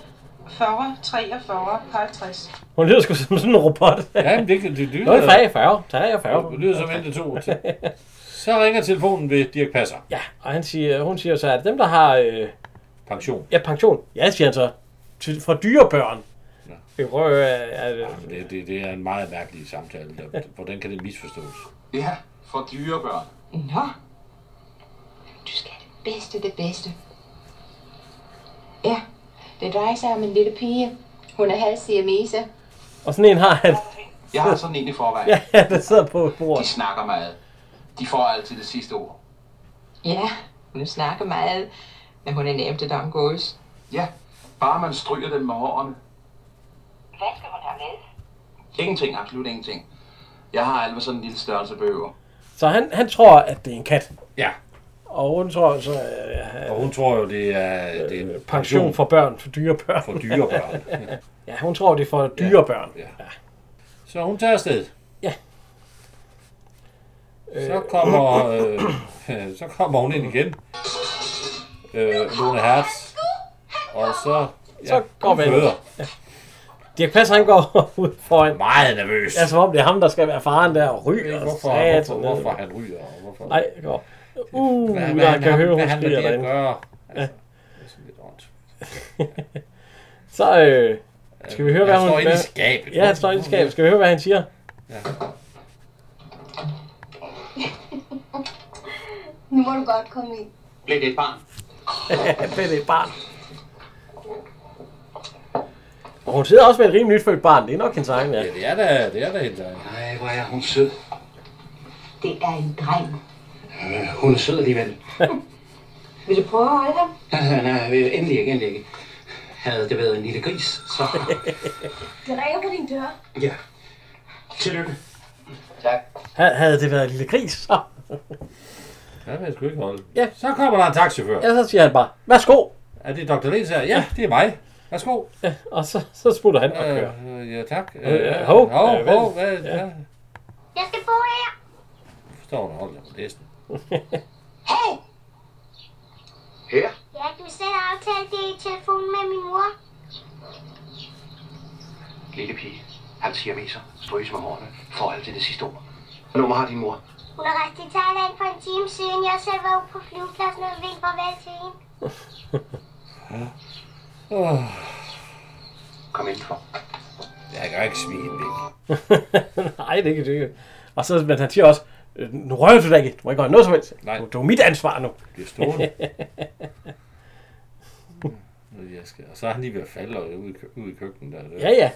S9: 40 43 50.
S2: Hun lyder sgu som sådan en robot.
S3: Ja, men det, det, det lyder...
S2: Noget <laughs> fra 40, 43.
S3: Det lyder som endte to. Så ringer telefonen ved Dirk Passer.
S2: Ja, og han siger, hun siger så, at dem, der har øh,
S3: Pension.
S2: ja, pension, ja, siger han så, til, fra dyrebørn.
S3: Ja.
S2: Vi prøver, øh, øh,
S3: Det, det, det er en meget mærkelig samtale. Der, hvordan kan det misforstås?
S5: Ja, for dyrebørn.
S9: Nå. Du skal have det bedste, det bedste. Ja, det drejer sig om en lille pige. Hun er halv siamese.
S2: og sådan en har han, <laughs>
S5: Jeg har sådan en i forvejen.
S2: ja, der sidder på
S5: De
S2: bordet.
S5: snakker meget. De får altid det sidste ord.
S9: Ja, hun snakker meget, men hun er nemt at omgås.
S5: Ja, bare man stryger dem med hårene.
S9: Hvad skal hun have med?
S5: Ingenting, absolut ingenting. Jeg har aldrig sådan en lille størrelse bøger.
S2: Så han, han tror, at det er en kat.
S3: Ja,
S2: Og hun tror så, øh,
S3: og hun tror jo, det er, det er en
S2: pension for børn, for dyre børn.
S3: for dyre børn.
S2: <laughs> Ja, hun tror, det er for dyre børn.
S3: Ja. Så hun tager afsted.
S2: Ja.
S3: Så kommer, øh, øh, <clears throat> så kommer hun ind igen. Øh, Lone Hertz. Og så, ja,
S2: Så går
S3: hun
S2: man.
S3: føder.
S2: Dirk Passer, han går <laughs> ud foran.
S3: Meget nervøs.
S2: Ja, som om det er ham, der skal være faren der og
S3: Jeg ved
S2: ryger.
S3: ikke,
S2: og
S3: hvorfor,
S2: satan
S3: hvorfor,
S2: ned.
S3: hvorfor han ryger. Og hvorfor.
S2: Nej, det går. Uh,
S3: hvad,
S2: der
S3: hvad, han-
S2: kan
S3: hvad,
S2: høre, hun
S3: hvad han med
S2: skriger
S3: det at
S2: derinde.
S3: gøre. Altså, det er sådan lidt ondt.
S2: Så øh, skal vi høre, hvad
S3: Han
S2: hun...
S3: står inde i
S2: Hvad,
S3: skabet.
S2: ja, han står inde i skabet. Skal vi høre, hvad han
S3: <laughs>
S2: siger?
S10: Nu må du godt komme ind.
S5: Blev det et barn?
S2: Hvad det barn? Og hun sidder også med et rimelig nyfødt barn. Det er nok hendes egen, ja.
S3: Ja, det er da, det er da helt egen.
S5: Nej, hvor er hun sød.
S10: Det er en dreng.
S5: Øh, hun er sød alligevel.
S10: Vil du prøve at holde ham?
S5: Nej, nej, nej, øh, endelig ikke, endelig ikke. Havde det været en lille gris, så...
S8: <laughs>
S10: Det ringer på din dør.
S5: Ja. Tillykke.
S6: Tak.
S2: Ha- Havde det været en lille gris, så...
S3: Ja, men jeg skulle ikke holde.
S2: Ja.
S3: Så kommer der en taxichauffør.
S2: Ja, så siger han bare, værsgo!
S3: Er det Dr. Lens her? Ja, det er mig. Værsgo.
S2: Og så, så smutter han og kører.
S3: Øh, øh, ja, tak. Øh,
S2: ja, hov.
S3: hov,
S2: Øh, vel.
S3: hov, hvad, ja. ja.
S7: Jeg skal bo her.
S3: Forstår du, hold da på listen.
S7: Hey!
S6: Her?
S7: Ja, du selv aftalte det i telefonen med min mor.
S5: Lille pige. Han siger med sig. Stryges med hårene. For alt det, det sidste ord. Hvad nummer har din mor?
S7: Hun har rejst til Thailand for en time siden. Jeg selv var ude på flyvepladsen og ville farvel til hende.
S3: Oh,
S5: Kom indenfor.
S3: jeg kan ikke smide hende
S2: <laughs>
S3: væk.
S2: Nej, det kan du ikke. Og så, men han siger også, øh, nu rører du dig ikke. Du må ikke gøre noget som helst.
S3: Nej.
S2: Du, du er mit ansvar nu.
S3: Det er
S2: <laughs>
S3: stående. Mm, jeg skal. Og så er han lige ved at falde og ud, i kø- ud i køkkenet. Der.
S2: Ja, ja.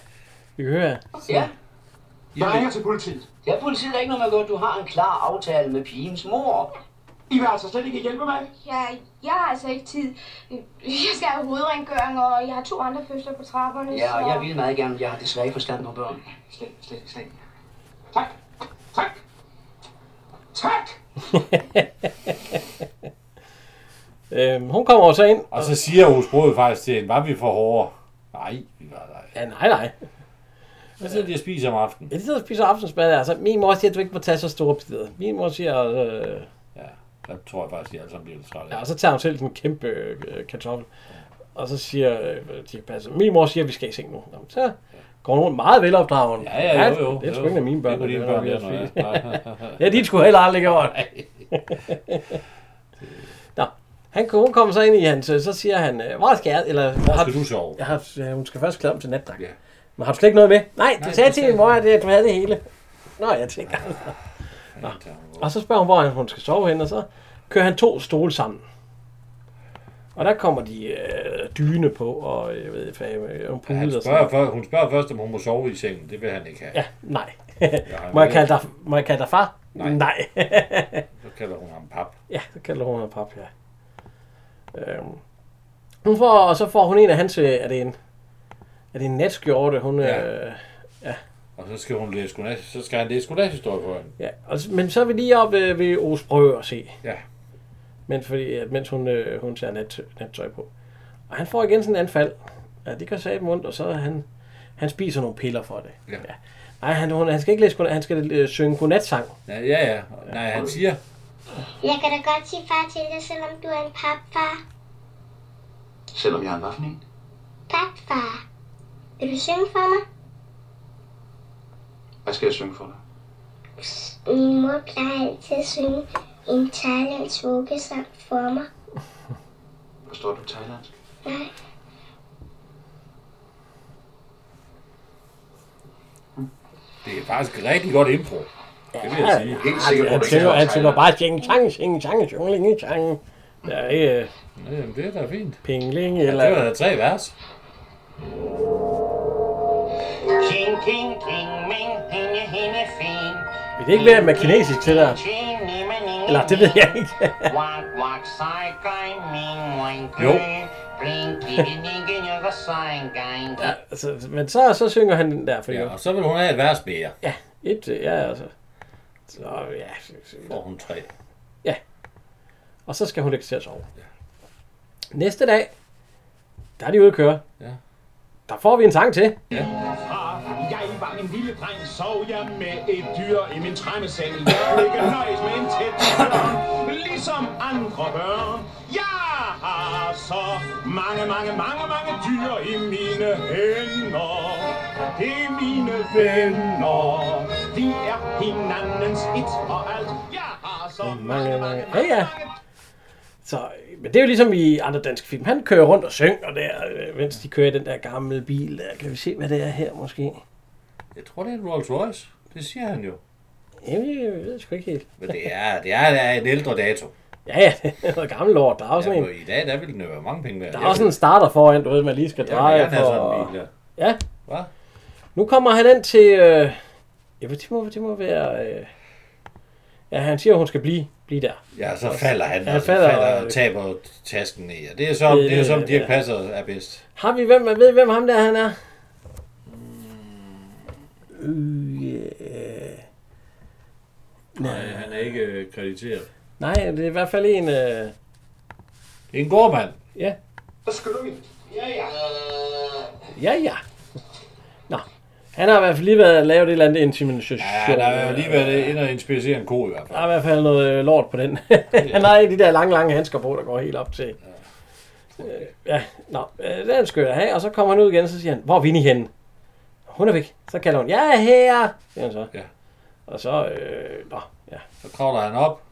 S2: Vi kan høre her. <laughs>
S6: Ja.
S3: I vil,
S8: til politiet.
S6: Ja, politiet er ikke noget med godt. Du har en klar aftale med pigens mor.
S8: I vil altså slet ikke hjælpe mig.
S10: Jeg, jeg har altså ikke tid. Jeg skal have hovedrengøring, og jeg har to andre fødsler på trapperne.
S6: Ja,
S10: så...
S6: og jeg vil meget gerne, jeg har desværre ikke forstand på børn.
S8: Slet, slet, slet. Tak. Tak. Tak.
S2: Øhm, hun kommer også ind.
S3: og så siger Hos Brode faktisk til hende, var vi for hårde? Nej, vi var der.
S2: Ja, nej, nej.
S3: Så sidder de og spiser om aftenen.
S2: Ja, de sidder og spiser aftensmad. Altså, min mor siger, at du ikke må tage så store bidder. Min mor siger, øh,
S3: Ja, der tror jeg faktisk, de alle sammen bliver lidt trætte.
S2: ja,
S3: af.
S2: og så tager hun selv den kæmpe øh, kartoffel. Og så siger øh, de passer. Min mor siger, at vi skal i seng nu. Nå, men så går hun rundt meget velopdragen.
S3: Ja, ja, jo, jo.
S2: Det er sgu
S3: jo.
S2: ikke af mine børn.
S3: Det
S2: der
S3: er dine
S2: gør,
S3: børn,
S2: vi
S3: der
S2: har
S3: er <laughs>
S2: spist.
S3: noget.
S2: Ja, de skulle heller aldrig gjort. <laughs> Nå, han, hun kommer så ind i hans, øh, så siger han, øh, hvor skal jeg, eller
S3: Hvor
S2: har,
S3: skal du sove?
S2: jeg har, ja, hun skal først klæde om til natdragt.
S3: Ja.
S2: Men har du slet ikke noget med? Nej, du
S3: Nej,
S2: Nej, sagde
S3: det
S2: til
S3: sagde
S2: min mor, at øh, du havde det hele. Nå, jeg tænker. Og så spørger hun, hvor hun skal sove hen, og så kører han to stole sammen. Og der kommer de øh, dyne på, og jeg ved ikke, øh, en
S3: Han
S2: pude og
S3: spørger
S2: sådan
S3: før, hun spørger først, om hun må sove i sengen. Det vil han ikke have.
S2: Ja,
S3: <laughs>
S2: nej.
S3: han
S2: må, jeg
S3: vil
S2: kalde dig, må jeg kalde dig far?
S3: Nej.
S2: nej. <laughs>
S3: Så kalder hun ham pap.
S2: Ja, så kalder hun ham pap, ja. Øhm. Hun får, og så får hun en af hans, øh, er det en, er det en natskjorte, hun,
S3: Ja.
S2: ja. Øh,
S3: Og så skal hun læse godnat, så skal han læse godnathistorie for hende.
S2: ja. Og, s- men så er vi lige oppe ved, ved Osbrø og se,
S3: Ja.
S2: men fordi, at mens hun, øh, hun tager nat, nattøj på. Og han får igen sådan en anfald. Ja, det gør sat ondt, og så er han, han spiser nogle piller for det.
S3: Ja.
S2: Nej, han, hun, han skal ikke læse godnat, han skal øh, synge godnatsang.
S3: Ja, ja, ja. Nej, han siger,
S7: Jeg kan da godt sige far til dig, selvom du er en papfar.
S5: Selvom jeg har en aften en.
S7: Papfar. Vil du synge for mig?
S5: Hvad skal jeg synge for dig?
S7: Min mor plejer altid at synge en thailandsk vuggesang for mig.
S5: Forstår du thailandsk?
S7: Nej.
S3: det er faktisk rigtig godt impro. Det vil jeg sige.
S5: Helt sikkert,
S2: Han
S5: du ikke
S2: synger,
S5: er
S2: han synger
S5: thailand.
S2: bare ching chang, ching chang, ching chang. Der er ikke øh,
S3: Ja, jamen, det er da fint.
S2: pingling
S3: Det
S2: eller...
S3: var da tre vers.
S8: Ting, ting, ting, ming, hinge, hinge, fin.
S2: Vil det ikke være med kinesisk til der?
S8: Ting, nimme, ninge,
S2: Eller det ved jeg ikke. <laughs>
S8: Wak, wak, sai, gai, ming, wang,
S3: Jo.
S8: Blink, ikke, nikke, nykker, sai, gai.
S2: ja, altså, men så, så synger han den der, fordi
S3: Ja,
S2: ja.
S3: og så vil hun have et vers mere.
S2: et, øh, ja, altså. Så ja.
S3: Får hun tre.
S2: Ja. Og så skal hun lægge sig til at sove. Næste dag, der er de ude at køre.
S3: Ja.
S2: Der får vi en sang til.
S3: Ja.
S11: Far, jeg var en lille dreng, sov jeg med et dyr i min træmmeseng. Jeg kunne ikke nøjes med en tæt dør, ligesom andre børn. Jeg har så mange, mange, mange, mange dyr i mine hænder. Det er mine venner. De er hinandens et og alt. Jeg har så
S2: Mange, ja, ja. Så, øh, men det er jo ligesom i andre danske film. Han kører rundt og synger der, øh, mens de kører i den der gamle bil. Der. Kan vi se, hvad det er her måske?
S3: Jeg tror, det er en Rolls Royce. Det siger han jo.
S2: Jamen, jeg ved sgu ikke helt.
S3: Men det er, det er, det er en ældre dato.
S2: Ja, ja, <laughs> det er noget gammelt lort. Der er også
S3: Ja,
S2: en,
S3: men I dag, der ville den jo være mange penge værd.
S2: der er også en starter foran, du ved, man lige skal dreje.
S3: Jeg vil gerne have
S2: for-
S3: sådan en bil der.
S2: Ja.
S3: Hvad?
S2: Nu kommer han ind til... Øh... Ja, men det må, det må være... Øh... Ja, han siger, hun skal blive, blive der.
S3: Ja, så falder han,
S2: Ja,
S3: og, så
S2: falder,
S3: falder, falder og taber tasken ned. Og det er som, det, er som Dirk
S2: ja.
S3: Passer er bedst.
S2: Har vi hvem? Ved I, hvem ham der han er? Øh, yeah.
S3: Nej, han er ikke øh, krediteret.
S2: Nej, det er i hvert fald en... Øh...
S3: En gårdmand.
S2: Ja,
S4: Så skal du ikke. Ja, ja.
S2: ja, ja. Nå, han har i hvert fald lige været lavet et eller andet intimidation.
S3: Ja, der har jo lige været ind og inspirere en ko i hvert fald.
S2: Der er i hvert fald noget øh, lort på den. <laughs> han har de der lange, lange handsker på, der går helt op til. Øh, ja, nå, øh, den skal jeg have. Og så kommer han ud igen, så siger han, hvor er Vinnie henne? Hun er væk. Så kalder hun, jeg er her, siger han så.
S3: Ja.
S2: Og så, øh, nå, ja.
S3: Så kravler han op.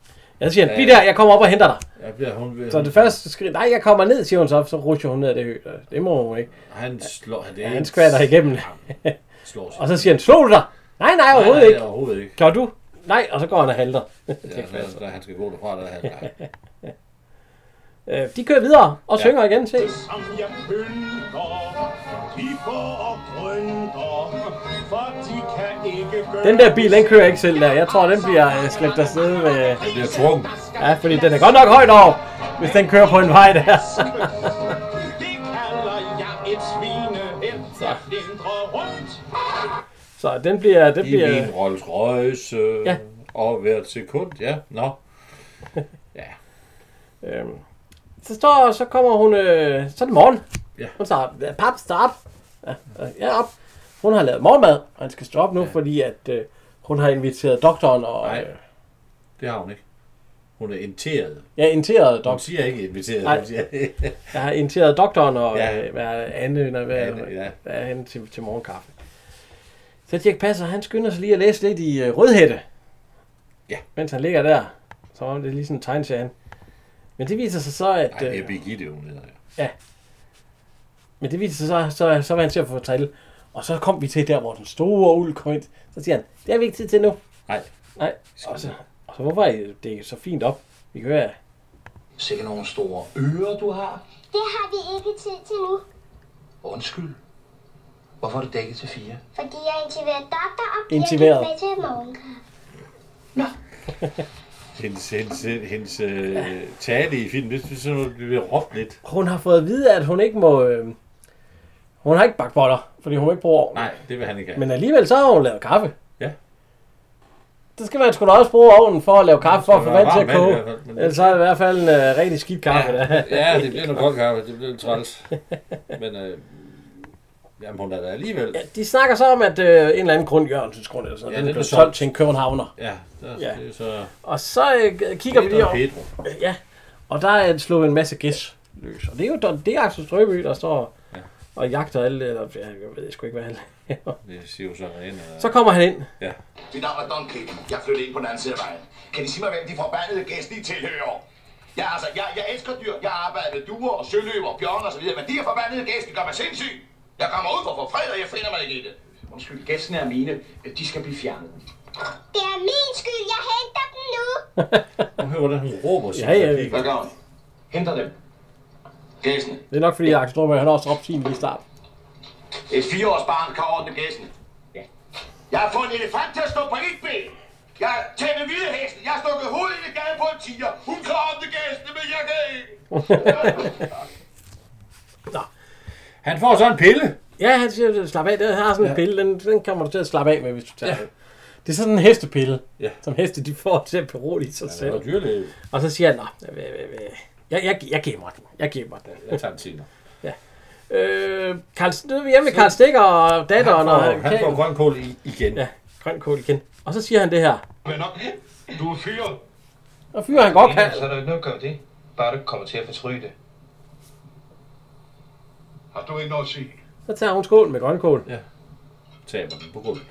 S2: Jeg siger, han,
S3: Ja,
S2: bliv
S3: ja.
S2: der, jeg kommer op og henter dig.
S3: Ja, bliver hun,
S2: Så det første skridt, nej, jeg kommer ned, siger hun så, så rutscher hun ned af det hø. Det må hun ikke.
S3: Han slår... Det
S2: Ja, han skvatter igennem.
S3: slår sig.
S2: og så siger han, slog du dig? Nej, nej,
S3: nej,
S2: overhovedet
S3: nej,
S2: ikke.
S3: overhovedet ikke.
S2: Gjorde du? Nej, og så går han og halter. <laughs>
S3: Ja, så, da han skal gå derfra, der er han... nej.
S2: Øh, de kører videre og
S3: Ja.
S2: synger igen til.
S11: Som jeg pynter, de går og grønter, for de kan ikke gøre...
S2: Den der bil, den kører ikke selv der. Jeg tror, den bliver øh, slæbt afsted med... Den
S3: bliver trukket.
S2: Ja, fordi den er godt nok højt over, hvis den kører på en vej der. <laughs>
S11: Det kalder jeg et svinehæld, jeg flindrer rundt.
S2: Så den bliver... Den
S3: I
S2: bliver
S3: min Rolls Royce.
S2: Ja.
S3: Ja. Og hvert sekund, ja. Nå. <laughs> Ja.
S2: øhm, så står, så kommer hun... Øh, så er det morgen.
S3: Ja.
S2: Hun starter... Pap, start! Ja, øh, ja, op. Hun har lavet morgenmad, og han skal stå op nu, ja. fordi at... Øh, hun har inviteret doktoren og...
S3: Nej.
S2: Øh,
S3: Det har hun ikke. Hun er inviteret.
S2: ja, inviteret
S3: Hun
S2: doktoren.
S3: siger ikke inviteret.
S2: Nej.
S3: Hun siger... <laughs>
S2: Jeg har inviteret doktoren og
S3: Ja.
S2: ja. hvad, Anne, når, hvad,
S3: Anne,
S2: ja.
S3: ja.
S2: hvad er han til, til morgenkaffe. Så Dirk Passer, han skynder sig lige at læse lidt i øh, Rødhætte.
S3: Ja.
S2: Mens han ligger der. Som om det er lige sådan en tegnsag. Men det viser sig så, at...
S3: Ej, det er
S2: øh,
S3: Birgitte, hun hedder. ja.
S2: men det viser sig så, så, så var han til at fortælle. Og så kom vi til der, hvor den store uld kom ind. Så siger han, det har vi ikke tid til nu.
S3: Nej.
S2: Nej. Og så, og så hvorfor er I dækket så fint op? Vi kan høre,
S5: Sikke nogle store ører, du har.
S12: Det har vi ikke tid til nu,
S5: Undskyld. Hvorfor er du dækket til <laughs> fire?
S12: fordi jeg intiverer doktor og
S2: Introvert.
S12: bliver med til morgenkaffe.
S3: Hendes, hendes, hendes øh, tale i filmen, det synes jeg, nu, det bliver råbt lidt.
S2: hun har fået at vide, at hun ikke må... Øh, hun har ikke bakboller, fordi hun ikke bruger ovnen.
S3: Nej, det vil han ikke have.
S2: Men alligevel så har hun lavet kaffe.
S3: Ja.
S2: Det skal man sgu da også bruge ovnen for at lave kaffe, for at få
S3: skal
S2: vand
S3: være
S2: til at
S3: varm
S2: koge.
S3: vand i hvert fald, men-
S2: Ellers så er det i hvert fald en øh, rigtig skidt kaffe. Ja. Der.
S3: Ja, det bliver noget godt kaffe. Det bliver lidt træls. Men øh, jamen, hun er der alligevel.
S2: De snakker så om, at øh, en eller anden grund, Jørgensens grund eller sådan
S3: Ja,
S2: noget, ja, den
S3: den
S2: blev
S3: er
S2: solgt
S3: solgt.
S2: til en københavner.
S3: Ja, der,
S2: Ja.
S3: ja. det er så
S2: Og så øh, kigger vi lige
S3: Peter og
S2: over.
S3: Pedro.
S2: Ja, og der er slået en masse gæs løs. Og det er jo Don- det er Axel Strøby, der står
S3: Ja.
S2: og jagter alle, eller ja, jeg ved sgu ikke, hvad han laver.
S3: Det siger jo så rent. øh. og-
S2: Så kommer han ind. <laughs>
S3: Ja.
S13: Mit navn er Don Click. Jeg flyttede ind på den anden side af vejen. Kan I sige mig, hvem de forbandede gæster de tilhører? Ja, altså, jeg, jeg elsker dyr. Jeg arbejder med duer og søløver, bjørne og så videre, men de her forbandede gæster gør mig sindssyg. Jeg kommer ud for at få fred, og jeg finder mig ikke i det.
S5: Undskyld, gæsten er mine. De skal blive fjernet.
S12: Det er min skyld, jeg henter dem nu.
S3: Nu hører hvordan hun råber sig.
S2: Ja, ja.
S13: Hvad gør hun?
S5: Henter dem.
S13: Gæstene.
S2: Det er nok fordi, Axel Strøby, han har også råbt sin lige i starten. <laughs>
S13: Et fireårsbarn kan ordne gæstene.
S5: Ja.
S13: Jeg har fået en elefant til at stå på et ben. Jeg har tæmmet hvide hesten. Jeg har stukket hovedet i det gade på en tiger. Hun kan ordne gæstene, men jeg kan
S5: <laughs>
S13: ikke.
S3: Han får så en pille.
S2: Ja, han siger, slap af. Den har sådan en pille, den, den kommer du til at slappe af med, hvis du tager ja. den. Det er sådan en hestepille,
S3: ja.
S2: som heste de får til at berolige sig selv.
S3: var dyrlæge.
S2: Og så siger han, "Nå, øh, øh, øh, jeg, jeg, jeg giver mig den. Jeg giver mig den.
S3: Jeg tager en
S2: <laughs>
S3: senere.
S2: Ja. Øh, Carl, nu er vi hjemme med Karl Stikker og datteren.
S3: Han får-
S2: og,
S3: han får grøn kål i, igen.
S2: Ja, grøn kål igen. Og så siger han det her.
S5: Men op, du er fyret.
S2: Og fyrer han godt kan.
S5: Så er der jo ikke noget at gøre ved det. Bare du ikke kommer til at fortryde det.
S4: Har du ikke noget at sige?
S2: Så tager hun skålen med grønkål.
S3: Ja. Taber den
S2: <laughs>
S3: på gulvet.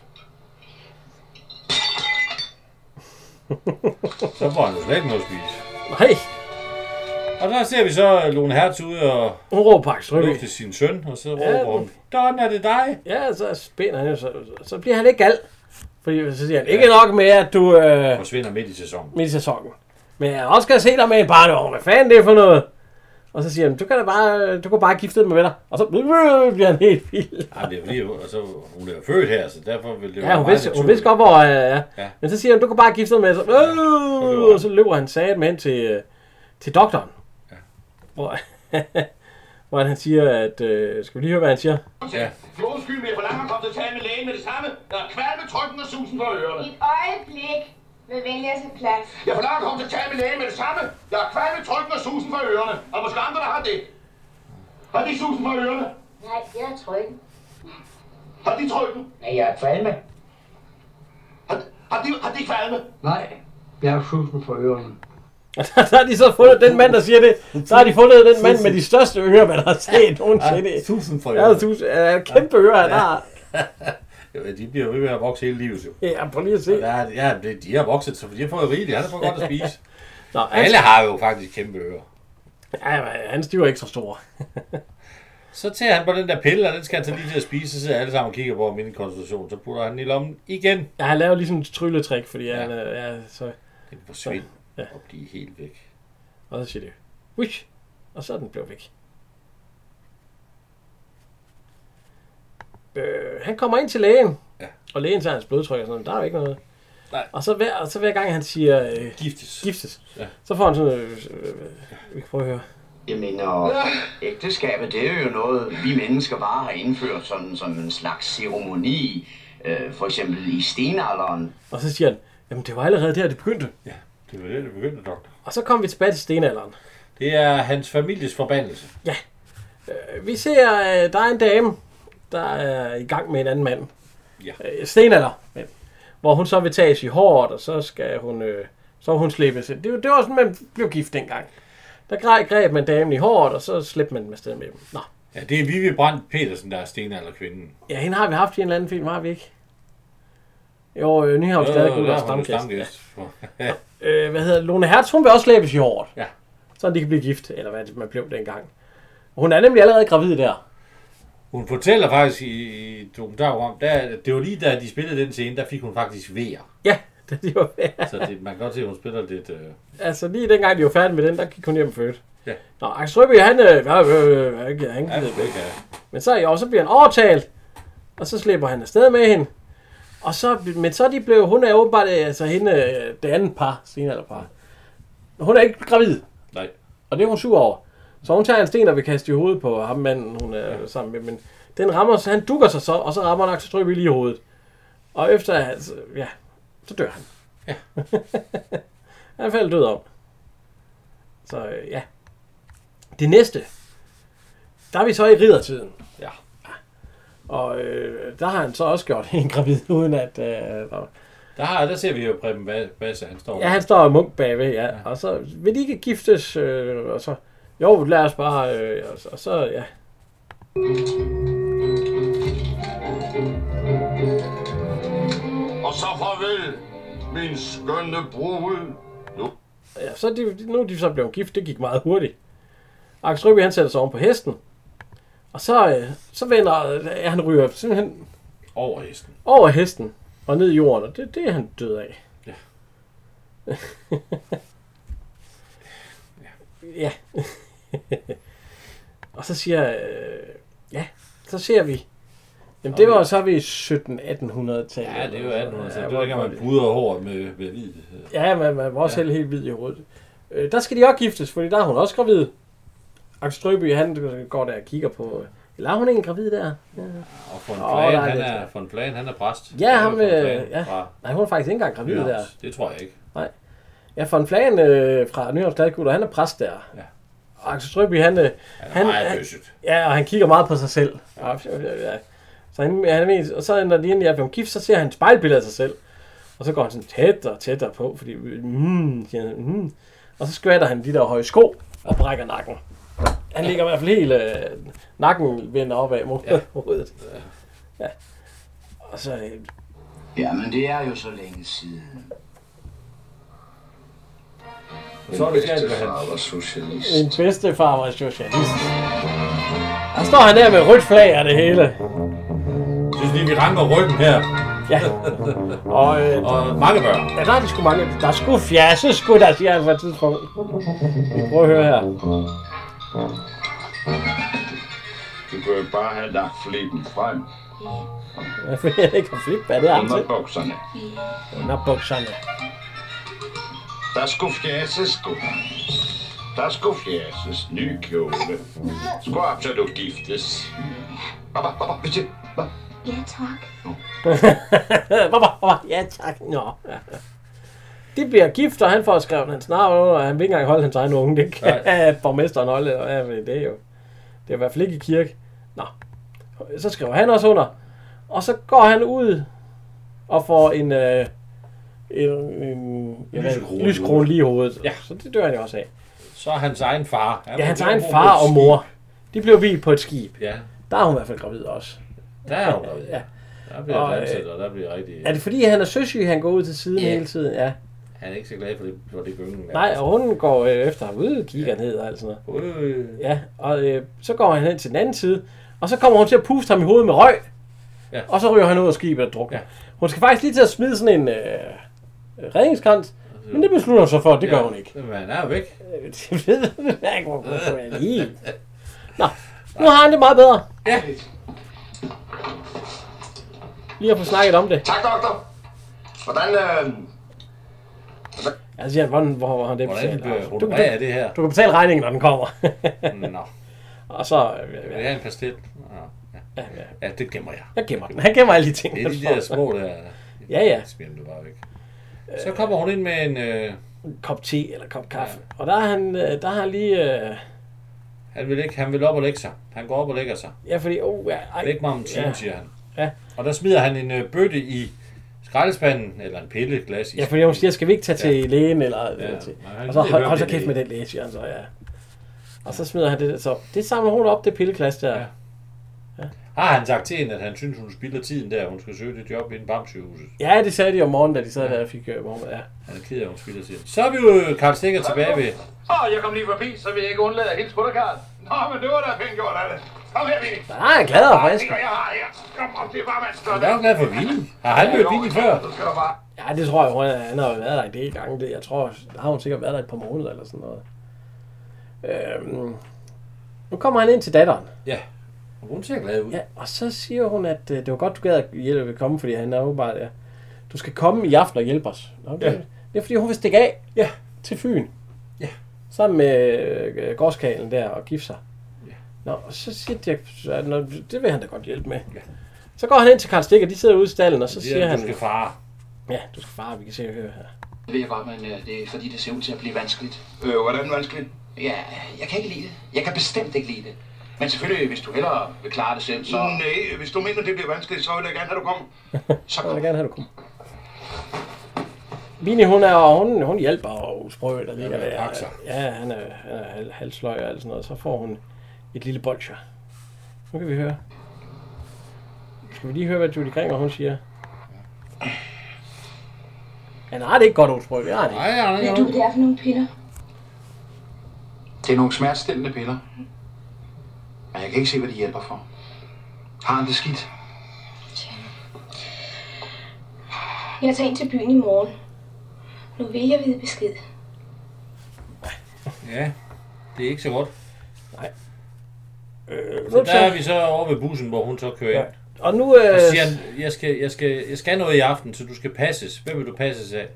S3: så får han jo slet ikke noget at spise.
S2: Nej.
S3: Og der ser vi så øh, Lone Hertz ude og
S2: hun råber
S3: til sin søn, og så råber hun, Don, er det dig?
S2: Ja, så spænder han jo, så, så bliver han ikke gal. Fordi så siger han, ikke nok med, at du øh,
S3: forsvinder midt i sæsonen.
S2: midt i sæsonen. Men jeg også skal se dig med en barnevogn. Hvad fanden det er for noget? Og så siger han, du kan da bare, øh, du kan bare gifte dig med venner. Og så <laughs> øh, bliver han helt vild.
S3: Ja, det er fordi, og så, hun er jo født her, så derfor vil det
S2: Ja, hun vidste, hun vidste godt, hvor... Øh, ja. ja. Men så siger han, du kan bare gifte dig med... Så, øh, og så løber han sat med hen til, øh, til doktoren. Ja. Hvor, <laughs> hvor han siger, at... Øh, skal vi lige høre, hvad han siger? <laughs>
S3: Ja.
S5: Du er undskyld, men jeg forlanger at komme til at tale med lægen med det samme. Jeg er kvalme, trykken og susen for ørerne.
S10: Et øjeblik med venlig at tage plads.
S5: Jeg forlanger at komme til at tale med lægen med det samme. Jeg er kvalme, trykken og susen for ørerne. Og måske andre, der har det. Har de susen for ørerne?
S14: Nej, jeg er tryg.
S5: Har de trykken?
S14: Nej, jeg er kvalme.
S5: Har de, har de kvalme?
S14: Nej, jeg har susen for ørerne.
S2: så har de så fundet den mand, der siger det. Så har de fundet den mand med de største ører, man har set nogensinde.
S3: Ja, tusind for
S2: Ja,
S3: ørerne.
S2: tusind. Ja, kæmpe ører, han
S3: Ja.
S2: har.
S3: Ja, de bliver jo ved med at vokse hele livet, jo.
S2: Ja, prøv lige at se.
S3: Ja, ja det- de har vokset, så de har fået rigeligt. Han har fået godt at
S2: <laughs>
S3: spise.
S2: Altså- Nå,
S3: Alle har jo faktisk kæmpe ører.
S2: Ja, men hans de var ikke så store.
S3: Så tager han på den der pille, og den skal han tage lige til at spise, så sidder alle sammen og kigger på min koncentration. Så putter han den i lommen igen.
S2: Ja, han laver ligesom et trylletrik, fordi han... øh, Ja, så...
S3: Den forsvinder
S2: Ja.
S3: og bliver helt væk.
S2: Og så siger det... Wish! Og så er den blevet væk. Øh, han kommer ind til lægen.
S3: Ja.
S2: Og lægen tager hans blodtryk og sådan noget, men der er jo ikke noget. Nej. Og så hver, og så hver gang han siger... Øh,
S3: giftes.
S2: Giftes.
S3: Ja.
S2: Så får han sådan... Øh, øh, vi kan prøve at høre.
S6: Jeg mener, ægteskabet, det er jo noget, vi mennesker bare har indført sådan som en slags ceremoni. Øh, for eksempel i stenalderen.
S2: Og så siger han, jamen det var allerede der, det begyndte.
S3: Ja, det var det, det begyndte, doktor.
S2: Og så kom vi tilbage til stenalderen.
S3: Det er hans families forbandelse.
S2: Ja. Øh, Vi ser, øh, der er en dame, der er i gang med en anden mand.
S3: Ja.
S2: Øh, Stenalder. Ja. Hvor hun så vil tages i håret, og så skal hun, øh, så vil hun slippes. Det, var- det var sådan, man blev gift dengang. Der greb, greb man damen i håret, og så slæbte man dem afsted med dem. Nå.
S3: Ja, det er Vivi Brandt Petersen, der er stenalderkvinden.
S2: Ja, hende har vi haft i en eller anden film, har vi ikke? Jo, øh, Nyhavn stadig ud af stamgæst. Ja.
S3: <laughs> Ja.
S2: øh, hvad hedder det? Lone Hertz, hun vil også slæbes i håret.
S3: Ja.
S2: Sådan de kan blive gift, eller hvad man blev dengang. Hun er nemlig allerede gravid der.
S3: Hun fortæller faktisk i, i dokumentaren om, der, det var lige da de spillede den scene, der fik hun faktisk vejr.
S2: Ja, <laughs> det de var
S3: Så det, man kan godt se, at hun spiller lidt... Øh,
S2: Altså lige dengang de var færdige med den, der gik hun hjem født.
S3: Ja.
S2: Nå, Axel Røby, han, øh, øh, øh, øh, ikke- han
S3: ja,
S2: gider
S3: væk,
S2: ikke.
S3: ja.
S2: Men så, jo, så bliver han overtalt, og så slipper han afsted med hende. Og så, men så er de blev, hun er åbenbart, øh, altså hende, øh, det andet par, stenalderpar. Hun er ikke gravid.
S3: Nej.
S2: Og det er hun sur over. Så hun tager en sten og vil kaste i hovedet på ham manden, hun er ja. sammen med. Men den rammer, så han dukker sig så, og så rammer han Axel Strøby lige i hovedet. Og efter, altså, ja, så dør han. Ja. <laughs> han falder død om. Så øh, ja. Det næste. Der er vi så i riddertiden.
S3: Ja.
S2: Og øh, der har han så også gjort en gravid, <laughs> uden at... Øh, der-
S3: Der, har, der ser vi jo Preben Ba- Basse, han står
S2: Ja, han står og munk bagved, ja. Og så vil de ikke giftes, øh, og så... Jo, lad os bare... Øh, og, så- og så, ja.
S13: Og så farvel, min skønne brud.
S2: ja så er de, nu er de så blevet gift. Det gik meget hurtigt. Axel Røby, han sætter sig oven på hesten. Og så, øh, så vender øh, ja, han ryger simpelthen
S3: over hesten.
S2: over hesten og ned i jorden. Og det, det er han død af.
S3: Ja.
S2: <laughs> ja. <laughs> og så siger øh, ja, så ser vi. Jamen det var så er vi i 17-1800-tallet.
S3: Ja, det er jo 1800 så
S2: Ja,
S3: Det var ikke, at man bryder hårdt med, med hvid. øh,
S2: Ja, man, man var også ja. helt hvid i hovedet. Øh, der skal de også giftes, fordi der er hun også gravid. Axel Strøby, han går der og kigger på øh, Eller er hun ikke gravid der? Ja.
S3: Og von
S2: Åh,
S3: Flagen,
S2: der er
S3: han,
S2: lidt-
S3: er, von Flagen, han er præst.
S2: Ja, ham,
S3: Von
S2: øh,
S3: Flagen
S2: ja.
S3: fra
S2: Nej, hun er faktisk ikke engang gravid
S3: Nyhavns.
S2: der.
S3: Det tror jeg ikke.
S2: Nej. Ja, von Flagen øh, fra Nyhavns Gladgutter, han er præst der.
S3: Ja.
S2: Og Axel Strøby, han... Øh, han,
S3: meget
S2: han
S3: bøsset.
S2: ja, og han kigger meget på sig selv. Ja. Ja, ja. Så han, han er mest, og så når de endelig er blevet gift, så ser han et spejlbillede af sig selv. Og så går han sådan tættere og tættere på, fordi... Mm, siger han, mm. Og så skvatter han de der høje sko og brækker nakken. Han ligger i hvert fald helt... Øh, nakken vender opad mod ja. <laughs> hovedet. Ja. Og så... Øh,
S15: Jamen, det er jo så længe siden.
S2: Og så er det galt, hvad han-
S15: far var socialist.
S2: Min bedstefar var socialist. Der står han der med rødt flag og det hele.
S3: Synes lige, vi ranker ryggen her.
S2: Ja. Og, øh,
S3: og mange børn.
S2: Ja, der er de sgu mange. Der er sgu fjasse, sgu der, siger han på et tidspunkt. Vi prøver at høre her.
S15: Du kunne jo bare have lagt flippen frem.
S2: Hvorfor jeg ikke har flip, hvad det er til?
S15: Underbukserne.
S2: <laughs> Underbukserne.
S15: Der skulle fjases, sgu. Der skulle fjases. Ny kjole. Skulle absolut giftes. Baba, baba, bitte.
S10: Ja, tak.
S2: Hvorfor? Hvorfor? ja, tak. Nå. ja. De bliver gift, og han får skrevet hans navn under, og han vil ikke engang holde hans egen unge. Det kan borgmesteren holde, og ja, men det er jo. Det er i hvert fald ikke i kirke. Nå. Så skriver han også under. Og så går han ud og får en, øh, en, en, en
S3: Lysekrone.
S2: lyskrone lige i hovedet. Ja. Så det dør han jo også af.
S3: Så er hans egen far.
S2: Ja, hans
S3: bliver
S2: egen
S3: mor på
S2: far
S3: et
S2: og
S3: skib.
S2: mor. De blev viet på et skib.
S3: Ja.
S2: Der er hun i hvert fald gravid også.
S3: Der er hun gravid.
S2: ja.
S3: Der bliver
S2: Og,
S3: og,
S2: øh,
S3: danset, og der bliver rigtig...
S2: Er det fordi, han er søsyg, han går ud til siden
S3: Ja.
S2: hele tiden? Ja.
S3: Han er ikke så glad for det, for det gyngen.
S2: Nej, og hun går øh, efter ham ud, kigger ned og alt sådan noget. Ja, og øh, så går han hen til den anden side, og så kommer hun til at puste ham i hovedet med røg.
S3: Ja.
S2: Og så ryger han ud af skibet og drukner. Ja. Hun skal faktisk lige til at smide sådan en øh, redningskrans, men det beslutter hun sig for, at det
S3: Ja,
S2: gør hun ikke.
S3: Men han er jo væk.
S2: Det ved jeg ikke, hvor hun er lige. Nå, <laughs> nu har han det meget bedre.
S3: Ja.
S2: Lige at få snakket om det.
S13: Tak, doktor. Hvordan, øh,
S2: Jeg siger, hvordan, hvor, hvor han det
S3: Hvordan
S2: betalt.
S3: bliver
S2: Du,
S3: hun
S2: kan
S3: af
S2: betale- <laughs>
S3: det her?
S2: du kan betale regningen, når den kommer. <laughs>
S3: Nå.
S2: og så... øh,
S3: Vil jeg have en pastel? Nå,
S2: Ja,
S3: ja. ja, det gemmer jeg.
S2: Jeg gemmer den. Han gemmer alle de ting,
S3: Det er de
S2: han får.
S3: der små, der...
S2: Ja, ja.
S3: Smider du bare væk. Så kommer hun ind med en... Øh...
S2: En kop te eller en kop kaffe. Ja. Og der er han, øh, der har han lige... Øh...
S3: Han vil, ikke, han vil op og lægge sig. Han går op og lægger sig.
S2: Ja, fordi... Oh, ja, ej.
S3: Væk mig om 10,
S2: ja.
S3: siger han.
S2: Ja.
S3: Og der smider han en øh, bøtte i skraldespanden, eller en pilleglas i.
S2: Ja, fordi hun siger, skal vi ikke tage til
S3: Ja.
S2: lægen? Eller,
S3: Ja,
S2: ja. til.
S3: nej, han
S2: Og så
S3: gider
S2: hold,
S3: høre
S2: hold
S3: om
S2: så
S3: det
S2: kæft
S3: er
S2: med den læge, siger han så, ja. Og så smider han det der, så det samler hun op, det pilleklas der. Ja.
S3: Har han sagt til hende, at han synes, hun spilder tiden der, hun skal søge det job inden BAM-sygehuset?
S2: ja, det sagde de om morgenen, da de sad ja. der og fik øh, morgenmad. Ja.
S3: Han er ked af, at hun spilder tiden. Så er vi jo Karl Stikker tilbage ved.
S13: Åh, jeg kom lige forbi, så vil jeg ikke undlade at hilse på dig, Karl. Nå, men det var da pænt gjort af det. Kom her, Vinnie.
S2: Nej, jeg er glad og frisk.
S13: Det gør jeg har her. Kom op, det er bare, man står
S3: Han er jo glad for vin. Har han mødt vin før?
S2: Ja, det tror jeg, hun, han har jo været der en del gange. Det, jeg tror, der har hun sikkert været der et par måneder eller sådan noget. Øhm, nu kommer han ind til datteren.
S3: Ja. Og hun ser glad ud.
S2: Ja, og så siger hun, at øh, det var godt, du gad at hjælpe at komme, fordi han er åbenbart, ja. Du skal komme i aften og hjælpe os. Nå, det,
S3: Ja.
S2: ja. det er fordi, hun vil stikke af
S3: ja.
S2: til Fyn.
S3: Ja.
S2: Sammen med øh, gårdskalen der og gifte sig. Ja. Nå, og så siger Dirk, at nå, det vil han da godt hjælpe med. Ja. Så går han ind til Karl Stikker, de sidder ude i stallen, og så
S3: Det
S2: siger
S3: er,
S2: han...
S3: du skal fare.
S2: Ja, du skal fare, vi kan se og høre her.
S5: Det ved jeg godt, men øh, det er fordi, det ser ud til at blive vanskeligt.
S13: Øh, hvordan vanskeligt?
S5: Ja, jeg kan ikke lide det. Jeg kan bestemt ikke lide det. Men selvfølgelig, hvis du hellere vil klare det selv, så...
S13: Mm,
S4: Mm, øh.
S13: Nej, hvis du mener, det bliver vanskeligt, så vil jeg gerne have, du
S11: <laughs>
S13: kommer.
S2: Så vil jeg gerne have, du kommer. Vini, hun, er, og hun, hun hjælper og sprøjt, der ligger
S3: Ja,
S2: der.
S3: pakser.
S2: Ja, han er, han er hal- halsløg og alt sådan noget. Så får hun et lille bolcher. Nu kan vi høre. Skal vi lige høre, hvad Julie Gringer, hun siger? Han har det ikke godt, Olsbrøg. Det har det ikke.
S3: Nej,
S10: Ved du, hvad det er for nogle piller?
S5: Det er nogle smertestillende piller. Men jeg kan ikke se, hvad de hjælper for. Har han det skidt?
S10: Jeg tager ind til byen i morgen. Nu vil jeg vide besked.
S3: Ja, det er ikke så godt.
S2: Nej. Øh,
S3: så der er vi så over ved bussen, hvor hun så kører ind.
S2: Ja. Og nu, øh,
S3: Og så siger han, jeg skal, jeg, skal, jeg skal noget i aften, så du skal passes. Hvem vil du passes af?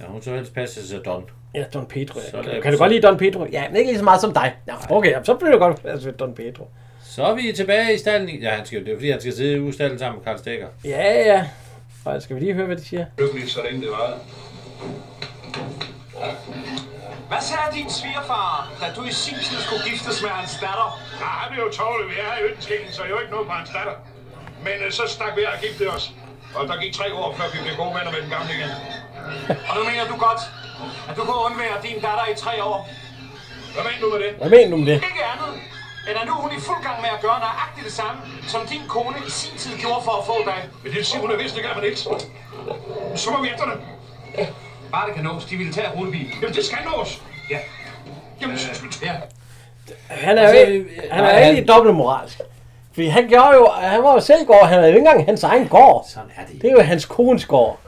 S3: Ja, hun så helst passes af Don.
S2: Ja, Don Pedro.
S3: Så
S2: Ja.
S3: er
S2: Kan,
S3: det-
S2: kan du godt lide altså, Don Pedro? Ja, men ikke lige så meget som dig. Ja, okay, jamen, så bliver du godt plads ved Don Pedro.
S3: Så er vi tilbage i stallen. i- Ja, han skal, det er fordi, han skal sidde ude i stallen sammen med Karl Stikker.
S2: Ja, ja. Og skal vi lige høre, hvad de siger?
S15: Lykkeligt, så længe det var.
S11: Hvad sagde din svigerfar, da du i sin tid skulle giftes med hans datter?
S4: Ja, han er jo tårlig. Vi er i Øttenskæden, så jeg er jo ikke noget på hans datter. Men øh, så stak vi af og giftede os. Og der gik tre år, før vi blev gode venner med den gamle igen.
S11: Og nu mener du godt, at du kunne undvære din datter i tre år?
S4: Hvad mener du med det?
S2: Hvad mener du med det?
S11: Ikke andet, end at nu er hun i fuld gang med at gøre nøjagtigt det samme, som din kone i sin tid gjorde for at få dig.
S4: Men det siger hun er vist ikke, at man ikke. Så må vi efter dem.
S11: Bare det kan nås, de ville tage rutebilen.
S4: Jamen, det skal nås.
S11: Ja.
S4: Jamen, øh, ja.
S2: Han er jo
S4: Altså,
S2: ikke,
S4: øh,
S2: han er
S4: nej,
S2: jo
S4: han-
S2: ikke dobbelt moralsk. Fordi han gjorde jo, han var jo selv gård, han havde jo ikke engang hans egen gård. Sådan er det. Det er jo hans kones gård.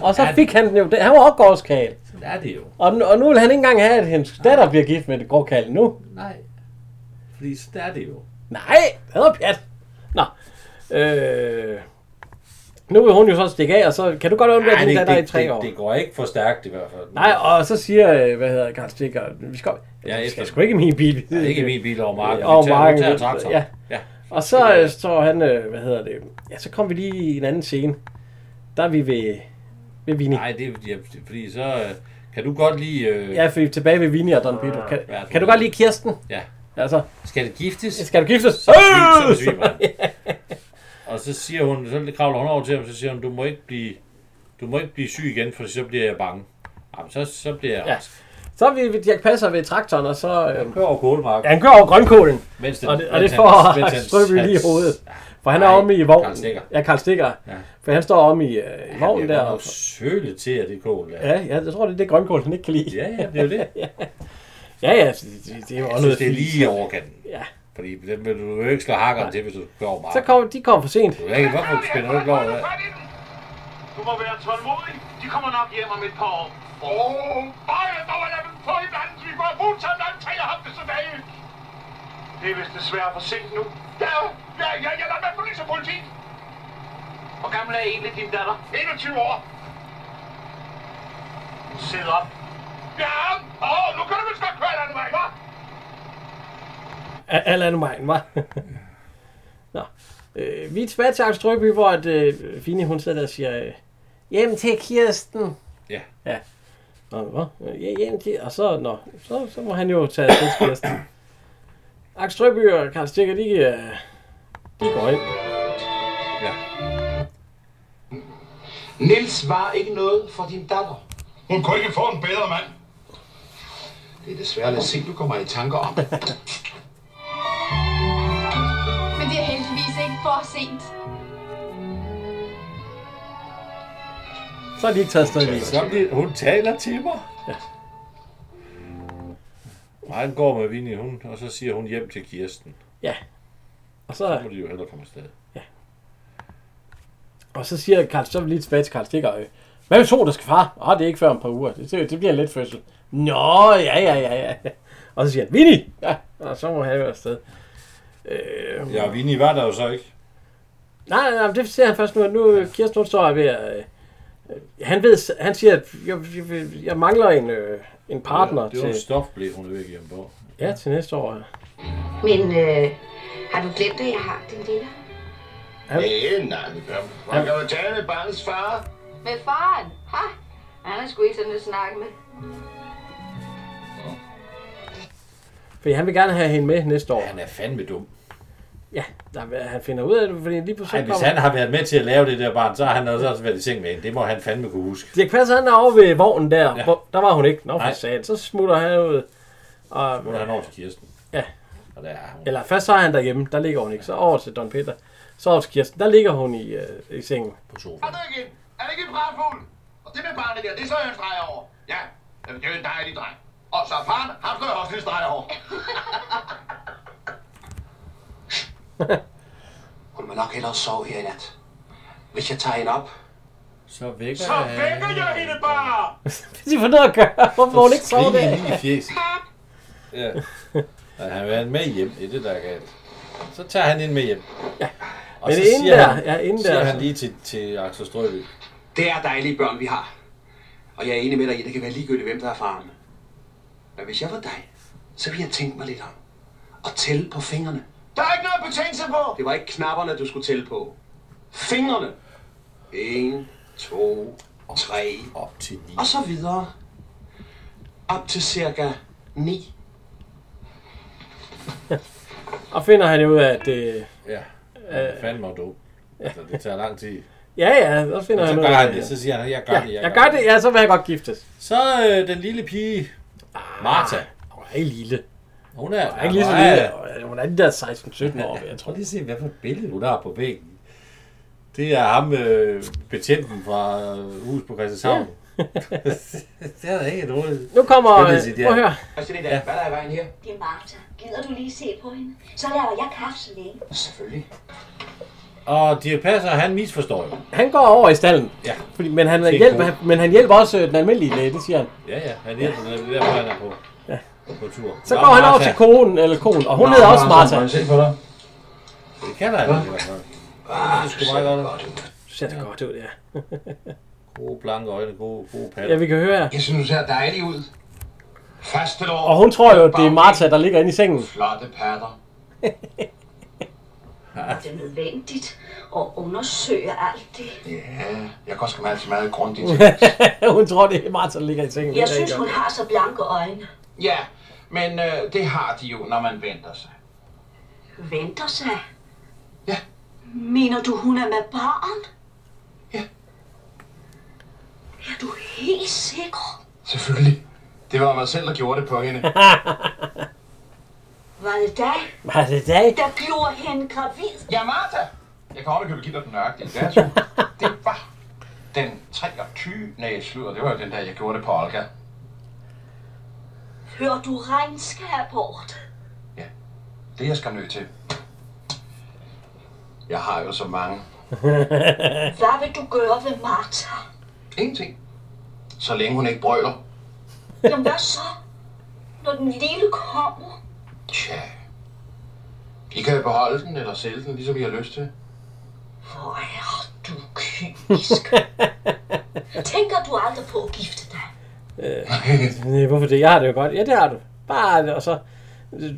S2: og så fik han den jo, han var også gårdskal.
S3: Sådan er det jo.
S2: Og, nu- og nu vil han ikke engang have, at hendes datter bliver gift med et gårdkald nu.
S3: Nej. Fordi sådan er det jo.
S2: Nej, det var pjat. Nå. Øh, nu vil hun jo så stikke af, og så kan du godt undvære din datter i
S3: det,
S2: tre år.
S3: det, det, går ikke for stærkt i hvert fald.
S2: Nej, og så siger, øh, hvad hedder Karl Stikker, vi skal,
S3: Ja,
S2: ja, vi
S3: efter-
S2: skal sgu ikke i min bil.
S3: Ja, ikke i min bil, over marken. Vi
S2: Over
S3: tager- vi
S2: marken,
S3: tager
S2: vi-
S3: traktoren.
S2: Ja.
S3: Ja.
S2: ja. Og så øh, står han, øh, hvad hedder det, ja, så kom vi lige i en anden scene. Der er vi ved, ved Vini.
S3: Nej, det er ja, fordi så øh, kan du godt lide... Øh,
S2: Ja, for vi er tilbage ved Vini og Don Vito. Kan,
S3: Ja,
S2: kan du godt lide Kirsten?
S3: Ja.
S2: Altså,
S3: skal det giftes?
S2: Skal du giftes?
S3: Så svim-
S2: Øh!
S3: så besvimer han. Og så siger hun, så kravler hun over til ham, så siger hun, du må ikke blive, du må ikke blive syg igen, for så bliver jeg bange. Jamen, så, så bliver jeg
S2: Ja.
S3: rask.
S2: Så er vi ved Dirk Passer ved traktoren, og så... Øh, han
S3: kører over kålmarken.
S2: Ja, han kører over grønkålen.
S3: Mens den-
S2: og det, og
S3: mens
S2: det
S3: han-
S2: får
S3: mens
S2: at <laughs>
S3: han-
S2: strøbe lige i
S3: hans-
S2: hovedet. For han er omme i vognen. Karl Stikker. Ja, Karl Stikker.
S3: Ja.
S2: For han står omme i, øh, i
S3: Jeg
S2: vognen der.
S3: er jo
S2: og-
S3: søle til, at det kål er.
S2: Ja, ja, jeg tror, det er det grønkål, han ikke kan lide.
S3: Ja, ja, det er jo det.
S2: <laughs> ja, ja, ja det, det, det er jo
S3: Jeg
S2: også noget
S3: synes, det er
S2: fint.
S3: lige i overkanten.
S2: Ja.
S3: Fordi den vil du jo ikke slå hakkeren til, hvis du kører over
S2: Så
S3: marken.
S2: kommer de kommer for sent.
S3: Du kan ikke, hvorfor spænder du ikke lov af?
S11: Du må være tålmodig. De kommer nok hjem om et par år.
S4: Åh, oh, jeg dog at lade dem få i blandet, så vi går brugt sammen alle tre og ham det tilbage.
S11: Det er vist desværre for sent nu.
S4: Ja, ja, ja, jeg lader med polis og politi.
S11: Hvor gammel er egentlig din datter?
S4: 21 år.
S11: Sid op.
S4: Ja, åh, oh, nu kan du vist godt køre den anden vej, hva'?
S2: Al- Al anden vejen, hva'? Nå. Øh, vi er tilbage til Axel Strøby, hvor at, øh, Fini, hun sidder der og siger, øh, hjem til Kirsten.
S3: Ja.
S2: Ja. Nå, hvad? Øh, Ja, hjem til... Og så, nå, så, så må han jo tage afsted til Kirsten. Axel Strøby og Karl Stikker, de, øh, de går ind.
S3: Ja.
S5: Nils var ikke noget for din datter.
S4: Hun kunne ikke få en bedre mand.
S5: Det er desværre lidt sent, du kommer i tanker om.
S10: Men det er heldigvis ikke for sent.
S2: Så er de ikke taget afsted lige.
S3: Så bliver, hun taler til mig.
S2: Ja.
S3: Nej, han går med Vinnie, hun, og så siger hun hjem til Kirsten.
S2: Ja. Og så,
S3: må de jo hellere komme afsted.
S2: Og så siger Karl, så er vi lige tilbage til Karl Stikker. Øh, hvad med to, der skal far? Åh, det er ikke før om et par uger. Det, det, det bliver en let fødsel. Nå, ja, ja, ja, ja. Og så siger han, Vinnie! Ja, og så må han jo afsted. Øh,
S3: Ja, og Vinnie var der jo så ikke.
S2: Nej, nej, nej, det ser han først nu. Nu øh, Kirsten hun står ved at... Øh, han, ved, han siger, at jeg, jeg, jeg mangler en, øh, en partner
S3: Det var en
S2: til,
S3: stofblæ, hun er væk hjemme på.
S2: ja, til næste år.
S16: Men øh, har du glemt, at jeg har din lille?
S2: Ja.
S15: Øh, nej, det gør man. Man kan jo tale med barnets far.
S16: Med faren? Ha! Han er sgu ikke sådan at snakke med.
S2: Fordi han vil gerne have hende med næste år.
S3: Han er fandme dum.
S2: Ja, der, han finder ud af det, fordi lige pludselig
S3: Ej, hvis han har været med til at lave det der barn, så har han altså også, også været i seng med hende. Det må han fandme kunne huske.
S2: Dirk Passer, han er over ved vognen der. Ja. Hvor, der var hun ikke. Nå, for satan. Så smutter han ud. Og,
S3: Smutter han over til Kirsten.
S2: Ja.
S3: Og der er hun.
S2: Eller først så er han derhjemme. Der ligger hun ikke. Så over til Don Peter. Så over til Kirsten. Der ligger hun i, øh, i sengen.
S3: På sofaen.
S13: Er det ikke en? Er det ikke en pragtfugl? Og det med barnet der, det slår jeg en streg over. Ja, jamen, det er jo en dejlig dreng. Og så faren, ham slår jeg også en streg over.
S5: Hun må nok hellere sove her i nat. Hvis jeg tager hende op.
S3: Så vækker
S5: Så vækker jeg hende bare!
S2: Det er for noget at gøre. <laughs> Hvorfor må hun ikke sove
S3: Skrige
S2: der?
S3: hende i fjeset. Ja. Og han vil have hende med hjem. Det er det, der er galt. Så tager han hende med hjem. Ja. Og
S2: Men
S3: så
S2: inden
S3: siger
S2: der-
S3: han,
S2: ja, inden
S3: siger
S2: der-
S3: han lige til, til Axel Strøby.
S5: Det er dejlige børn, vi har. Og jeg er enig med dig i, at det kan være ligegyldigt, hvem der er faren. Men hvis jeg var dig, så ville jeg tænke mig lidt om. Og tælle på fingrene.
S13: Der er ikke noget at betænke sig på. Det var ikke knapperne, du skulle tælle på. Fingrene. En, to, tre.
S3: Op til ni.
S13: Og så videre. Op til cirka ni.
S2: Og finder han ud af, at det...
S3: Ja. Øh, fandme du. Altså, det tager lang tid.
S2: Ja, ja, så finder
S3: Og så
S2: han ud
S3: gør
S2: af
S3: han det. Så siger han, jeg gør
S2: ja,
S3: det, jeg
S2: jeg
S3: gør
S2: gør det. Ja, så vil jeg godt giftes.
S3: Så øh, den lille pige, Martha.
S2: Hun er ikke lille.
S3: Hun er,
S2: Hun er ikke lige så lille. øh, Hun er de der 16-17 år.
S3: Jeg tror lige se, hvad for et billede hun har på væggen. Det er ham, øh, betjenten fra øh, hus på Christianshavn. <laughs> det er da ikke noget.
S2: <laughs> Nu kommer...
S3: Hvad vil
S2: Øh,
S3: sige, det er-
S2: prøv at høre.
S13: Ja. Hvad Altså, er der i vejen her?
S17: Det er Martha. Gider du lige se på hende? Så laver jeg kaffe så længe.
S13: Selvfølgelig.
S3: Og Dirk Passer, han misforstår jo.
S2: Han går over i stallen.
S3: Ja.
S2: Fordi, men, han
S3: Det er en
S2: hjælper,
S3: god-
S2: han- men han hjælper også øh, den almindelige læge, det siger han.
S3: Ja, ja, han hjælper ja. det, er derfor han er på, ja. på tur.
S2: Så
S3: Nå,
S2: går han over
S3: Martha.
S2: til konen, eller konen, og hun
S3: Nå,
S2: hedder også
S3: Martha,
S2: Martha.
S3: må jeg se på dig? Det kan han
S2: Hva?
S3: ikke. i hvert fald. Det skulle meget godt. ud.
S2: Du ser det godt ud, ja.
S3: Gode blanke øjne, gode, gode patter.
S2: Ja, vi kan høre.
S13: Jeg synes, du ser dejlig ud. Faste år.
S2: Og hun tror jo, at det er Martha, der ligger inde i sengen.
S13: Flotte patter.
S17: Det er nødvendigt at undersøge alt det.
S13: Ja, jeg kan også komme altid
S3: <laughs>
S13: meget grundigt.
S2: <laughs> hun tror, det er Martha, der ligger i sengen.
S17: Jeg synes,
S2: <laughs>
S17: hun har så blanke øjne.
S13: Ja, men øh, det har de jo, når man venter sig.
S17: Venter sig. Ja. Mener du, hun er med barn? Ja. Er du helt sikker?
S13: Selvfølgelig. Det var mig selv, der gjorde det på hende.
S17: Var det dig,
S2: Var det dig?
S17: der gjorde hende gravid?
S13: Ja, Martha! Jeg kan ovenikøbet give dig den nøjagtige dato. Det var den 23. Nej, sludder. Det var jo den dag, jeg gjorde det på Olga.
S17: Hører du regnskabort?
S13: Det er jeg skal nødt til. Jeg har jo så mange.
S17: Hvad vil du gøre ved Martha?
S13: Ingenting. Så længe hun ikke brøler.
S17: Jamen hvad så, når den lille kommer?
S13: Tja. I kan jo beholde den eller sælge den, ligesom I har lyst til.
S17: Hvor er du kynisk. Tænker du aldrig på at gifte dig?
S2: <laughs> Øh, nej, hvorfor det? Jeg har det jo godt. Ja, det har du. Bare, og så...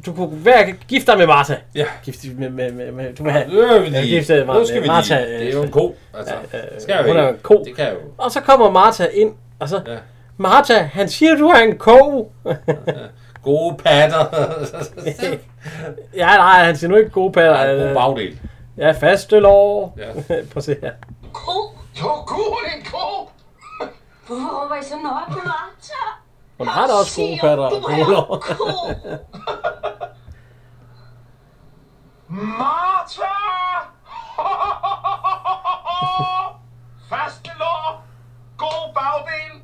S2: Du kunne være gift dig med Martha.
S3: Ja.
S2: Gift dig med, med, med, med, du vil
S3: Ja,
S2: have...
S3: det vil vi
S2: Ja,
S3: lige.
S2: gift dig med
S3: Nu skal vi lige.
S2: Martha. øh,
S3: Det er jo en ko, altså. Det skal jo
S2: hun er
S3: ikke.
S2: en ko.
S3: Det kan jo.
S2: Og så kommer Martha ind, og så... Ja. Martha, han siger, du er en <laughs> ko.
S3: Gode
S2: <laughs>
S3: patter.
S2: ja, nej, han siger nu ikke gode patter.
S3: Ja, en god
S2: Øh,
S3: bagdel.
S2: Ja, faste lår.
S3: Ja.
S2: <laughs> Prøv at se her.
S17: Ko?
S13: Jo, ko, hun er en ko!
S17: Hvorfor var I så nøje på Martha?
S2: Hun har da også gode patter og gode lår.
S13: Martha! <laughs> Faste lår. God bagdel.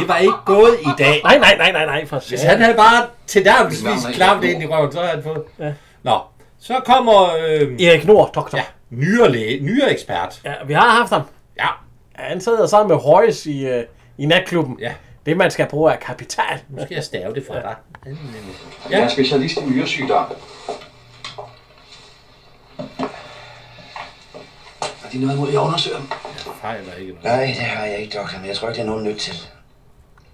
S3: Det var ikke gået i dag.
S2: Nej, nej, nej, nej, nej. For
S3: Hvis
S2: satan.
S3: han havde bare til nærmest
S2: Nå, nej,
S3: klamt
S2: jeg-
S3: ind i røven, så havde han fået... Ja. Nå, så kommer... Øh,
S2: Erik Nord, doktor.
S3: Ja, nyere, læge, nyere ekspert.
S2: Ja, vi har haft ham.
S3: Ja.
S2: Han sidder sammen med Højes i, øh, i natklubben.
S3: Ja.
S2: Det, man skal bruge, er kapital.
S3: Nu skal jeg stave det fra dig.
S13: Jeg er specialist i nyresygdomme. Har de noget imod, jeg undersøger dem?
S3: Jeg fejler ikke noget.
S6: Nej, det har jeg ikke, doktor, men jeg tror ikke, det er nogen nyt til.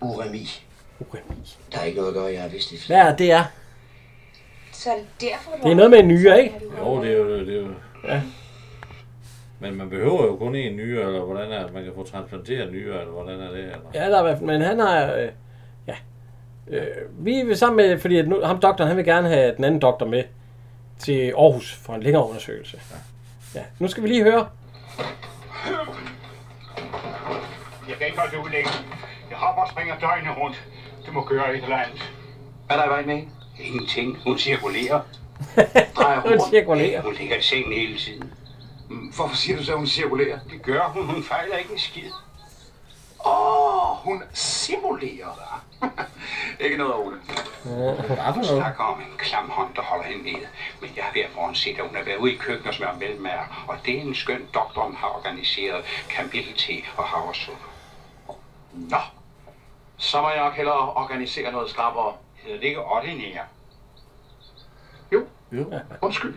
S6: Uremi.
S2: Uremi.
S6: Der er ikke noget at gøre, jeg har vidst det.
S2: Hvad er det er?
S17: Så er det derfor,
S2: Det er noget med en nyere, ikke?
S3: Jo, det er jo... Det er jo.
S2: Ja.
S3: Men man behøver jo kun en nyere, eller hvordan er det? Man kan få transplanteret nyere, eller hvordan er det? Eller?
S2: Ja, der er, i hvert fald- men han har... Øh, ja. Øh, vi vil sammen med... Fordi at nu, ham doktoren, han vil gerne have den anden doktor med til Aarhus for en længere undersøgelse. Ja. ja. Nu skal vi lige høre.
S4: Jeg kan ikke holde det ud længe. Jeg hopper og springer døgnet rundt. Du må gøre et eller andet.
S5: Hvad er der i vejen med hende? Ingenting. Hun cirkulerer.
S2: <laughs>
S4: Drejer
S2: Hun cirkulerer.
S5: Hun ligger i sengen hele tiden.
S4: Mm, Hvorfor siger du så, at hun cirkulerer?
S5: Det gør hun. Hun fejler ikke en skid.
S13: Åh, oh, hun simulerer dig. ikke noget, Ole.
S5: Hun snakker om en klam hånd, der holder hende nede. Men <laughs> jeg har hver morgen set, at hun har været ude i køkkenet og smør velmær. Og det er en skøn doktor, hun har organiseret kamille-te og havresuppe.
S13: Nå, så må jeg nok hellere organisere noget skrappere. Hedder det ikke ordinære? Jo.
S3: jo.
S13: Undskyld.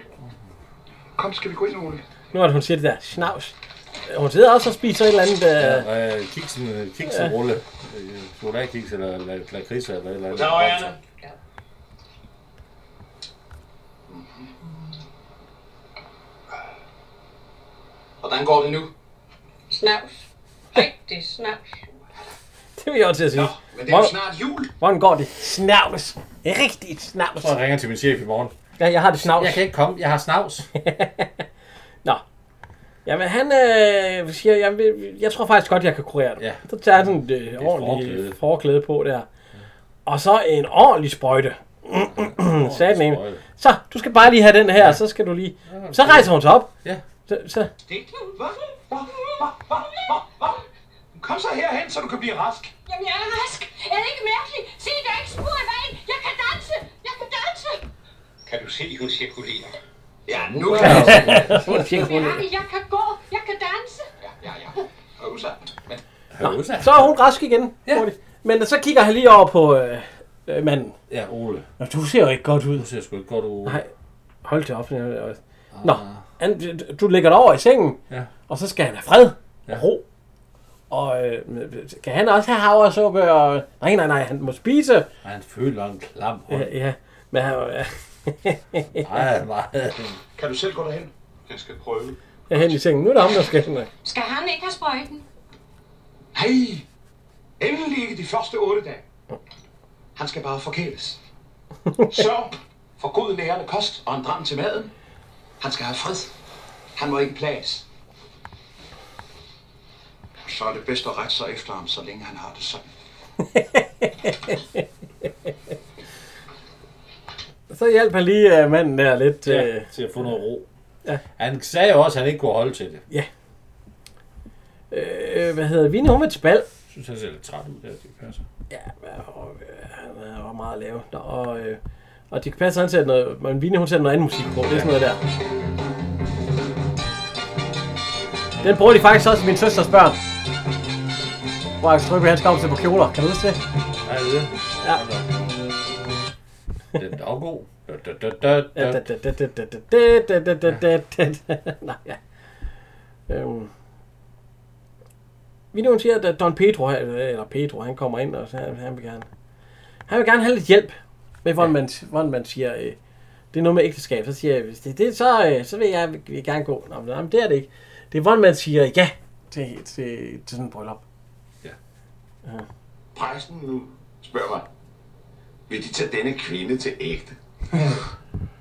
S13: Kom, skal vi gå ind, Ole?
S2: Nu er det, hun siger det der snavs. Øh, Hun sidder også og spiser et eller andet... Øh,
S3: Ja, øh, kiksen, øh, kiksen
S2: Ja.
S3: rulle. Øh, Chokoladekikse eller la- lakrids eller et eller andet.
S13: Goddag, Anne.
S3: Mhm.
S5: Hvordan går det nu?
S18: Snavs. Rigtig snavs.
S2: <laughs> Det vil jeg også til at sige.
S5: men det er jo snart jul.
S2: Hvordan går det? Snavs. Rigtigt snavs.
S3: Så jeg ringer til min chef i morgen.
S2: Ja, jeg har det snavs.
S3: Jeg kan ikke komme, jeg har <laughs> snavs.
S2: Nå. Jamen han øh, siger, jeg, jeg tror faktisk godt, jeg kan kurere det.
S3: Ja.
S2: Så tager han sådan et øh, ordentligt forklæde.
S3: forklæde.
S2: forklæde på der. Og så en ordentlig sprøjte. Sagde den ene. Så, du skal bare lige have den her, ja. så skal du lige... Så rejser hun sig op.
S3: Ja.
S2: Så, så.
S13: Kom så herhen, så du kan blive rask.
S7: Jamen, jeg er rask. Er det ikke mærkeligt? Se, der er ikke spor i vejen. Jeg kan danse. Jeg kan danse.
S5: Kan du se, hun cirkulerer? Ja,
S7: Nu
S5: nu
S7: kan
S5: kan
S7: jeg
S5: jeg
S7: også. Mærkeligt, Jeg kan gå. Jeg kan danse.
S5: Rosa. Men
S2: Nå, så er hun rask igen. Ja. Men så kigger han lige over på øh, øh, manden.
S3: Ja, Ole.
S2: Nå, du ser jo ikke godt ud. Du
S3: ser sgu ikke godt ud.
S2: Nej, hold til op. jeg- Nå, han, du- du ligger dig over i sengen,
S3: Ah. Ja.
S2: og så skal han have fred og ro. Og øh, kan han også have havresuppe? Og... Nej, nej, nej, han må spise.
S3: Ej, han føler en klam hånd.
S2: Ja, ja. men han... <laughs> Ja.
S3: Meget, meget.
S13: Kan du selv gå derhen? Jeg skal prøve.
S2: Jeg er hen i sengen. Nu er det ham, der skal hen.
S18: Skal han ikke have sprøjten?
S13: Hej! Endelig ikke de første otte dage. Han skal bare forkæles. Sørg for god nærende kost og en dram til maden. Han skal have fred. Han må ikke plages. Så er det bedst at rette sig efter ham, så længe han har det sådan.
S2: Så hjalp han lige øh, manden der lidt.
S3: <laughs> Ja,
S2: Øh,
S3: til at få noget ro.
S2: Ja.
S3: Han sagde jo også, at han ikke kunne holde til det.
S2: Ja. øh, hvad hedder Vine, hun med et spal.
S3: Jeg synes, han ser lidt træt ud der, det passer.
S2: Ja, og, øh, han var meget lav. Nå, og, øh, og det kan passe, at han sætter noget... Men Vine, hun sætter noget andet musik på. Det er sådan noget der. Den bruger de faktisk også i min søsters børn. Hvor Axel Strøby, han skal op til på kjoler. Kan du huske det?
S3: Ja, det er det.
S2: Ja.
S3: Den er også god. Da, da, da, da,
S2: Ja,
S3: da.
S2: da, da, da, da, da, da, da, da, da, da, da, da. Nej, ja. Øhm. Vi nu siger, at Don Pedro, han- eller Pedro, han kommer ind, og så han, han vil gerne, han vil gerne have lidt hjælp med, hvordan, man, hvordan man siger, øh, det er noget med ægteskab. Så siger jeg, hvis det er det, så, øh, så vil jeg, vil jeg gerne gå. Nå, men, nej, men det er det ikke. Det er, hvordan man siger ja til, til, til sådan en bryllup.
S13: Præsten nu spørger mig, vil de tage denne kvinde til
S15: <laughs>
S13: ægte?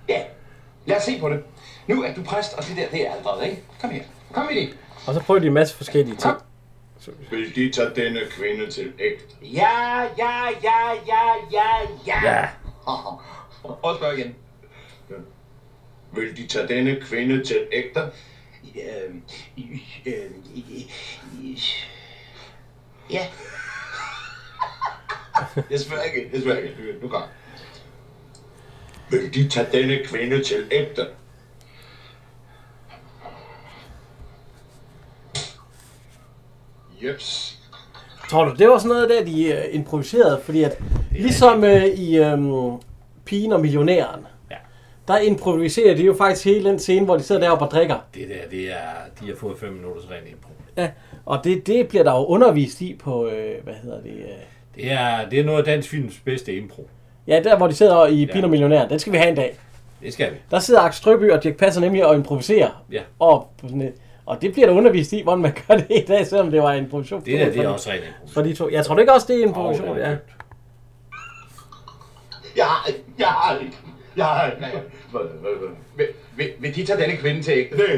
S13: ja, lad os se på det. Nu er du præst, og det der, det er aldrig, ikke? Kom her. Kom med det.
S2: Og så prøver de en masse forskellige ting.
S15: Vil de tage denne kvinde til ægte?
S5: Ja, ja, ja, ja, ja, ja. <laughs>
S15: Ja.
S5: Prøv at spørge igen.
S15: Vil de tage denne kvinde til ægte?
S5: Øhm, øhm, øh, Ja.
S15: <laughs> Jeg spørger ikke, jeg spørger ikke. Nu går Vil de tage denne kvinde til ægte? Jeps.
S2: Tror du, det var sådan noget der, de øh, improviserede? Fordi at, ligesom øh, i øh, Pigen og Millionæren, ja. der improviserer de jo faktisk hele den scene, hvor de sidder deroppe og drikker.
S3: Det der, det er, de har fået 5 minutters ren impro.
S2: Ja. Og det, det bliver der jo undervist i på, øh, hvad hedder det? Øh,
S3: Det er, det er noget af dansk films bedste impro.
S2: ja, der hvor de sidder i Pigen og Millionæren. Den skal vi have en dag.
S3: Det skal vi.
S2: Der sidder Axel Strøby og Dirk Passer nemlig og improviserer.
S3: Ja.
S2: Og, på sådan et- og det bliver der undervist i, hvordan man gør det i dag, selvom det var en improvisation.
S3: Det der, det er
S2: For-
S3: også ren impro.
S2: For de to. Jeg tror det ikke også, det er en
S3: Jo,
S2: improvisation,
S3: det er
S2: ja.
S13: Ja, ja, ja, ja. Vil, vil, vil de tage denne kvinde til ægte? Nej.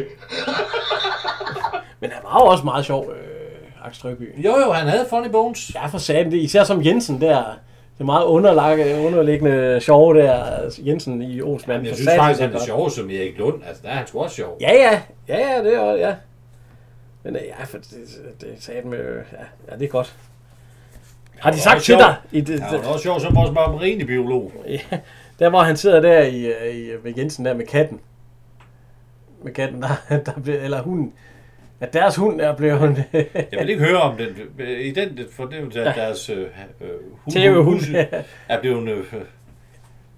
S2: Men han var jo også meget sjov, øh, Axel Strøby.
S3: Jo, jo, han havde funny bones.
S2: Ja, for satan. Det, især som Jensen der. Det meget underlag, underliggende sjove der, altså Jensen i Osman.
S3: Men jeg synes faktisk, han er sjov som Erik Lund. Altså, der er han sgu også sjov.
S2: Ja, ja. Ja, ja, det er også, ja. Men øh, ja, for det, det sagde med, ja, ja, det er godt. Har de
S3: var
S2: sagt
S3: også
S2: til
S3: sjov.
S2: dig? I det,
S3: Ja, han var også sjov som vores marinebiolog.
S2: Ja, der hvor han sidder der i, øh, i ved Jensen der med katten. Med katten, der, der blev, eller hunden. Ja, deres hund er blevet...
S3: Jeg vil ikke høre om den. øh, I den fornemmelse, at
S2: Ja.
S3: deres øh, øh, hund,
S2: Tæve hund,
S3: hund-
S2: ja.
S3: er blevet øh, øh,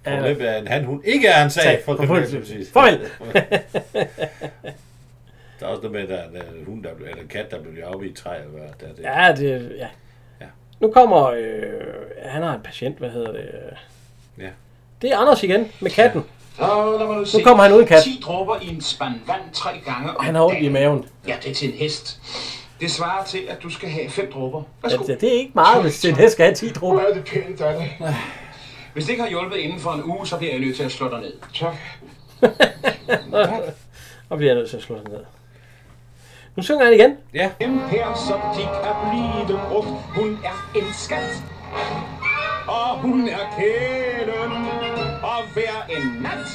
S2: Ja.
S3: forløbet af en handhund. Ikke er en sag for kriminalpolitiet.
S2: Farvel!
S3: <laughs>
S2: <laughs>
S3: Der er også noget med, at der er en øh, hund, der blev, eller en kat, der blev afvist i et træ. Eller hvad der er det.
S2: Ja, det, ja.
S3: Ja.
S2: Nu kommer, øh, han har en patient, hvad hedder det? øh.
S3: Ja.
S2: Det er Anders igen, med katten. Ja.
S5: Så lad mig nu, se.
S2: kommer han ud, Kat.
S5: 10 dråber i en spand vand tre gange om
S2: Han har ondt i
S5: dagen.
S2: maven.
S5: Ja, det er til en hest. Det svarer til, at du skal have 5 dråber. Værsgo.
S2: Altså, det er ikke meget, hvis det det skal have 10 dråber.
S5: det pænt, Anna. Hvis det ikke har hjulpet inden for en uge, så bliver jeg nødt til at slå dig ned. Tak.
S2: Og bliver jeg nødt til at slå den ned. Nu synger han igen.
S3: Ja.
S11: En her, som de kan blive brugt, hun er en skat. Og hun er kæden, og hver en nat,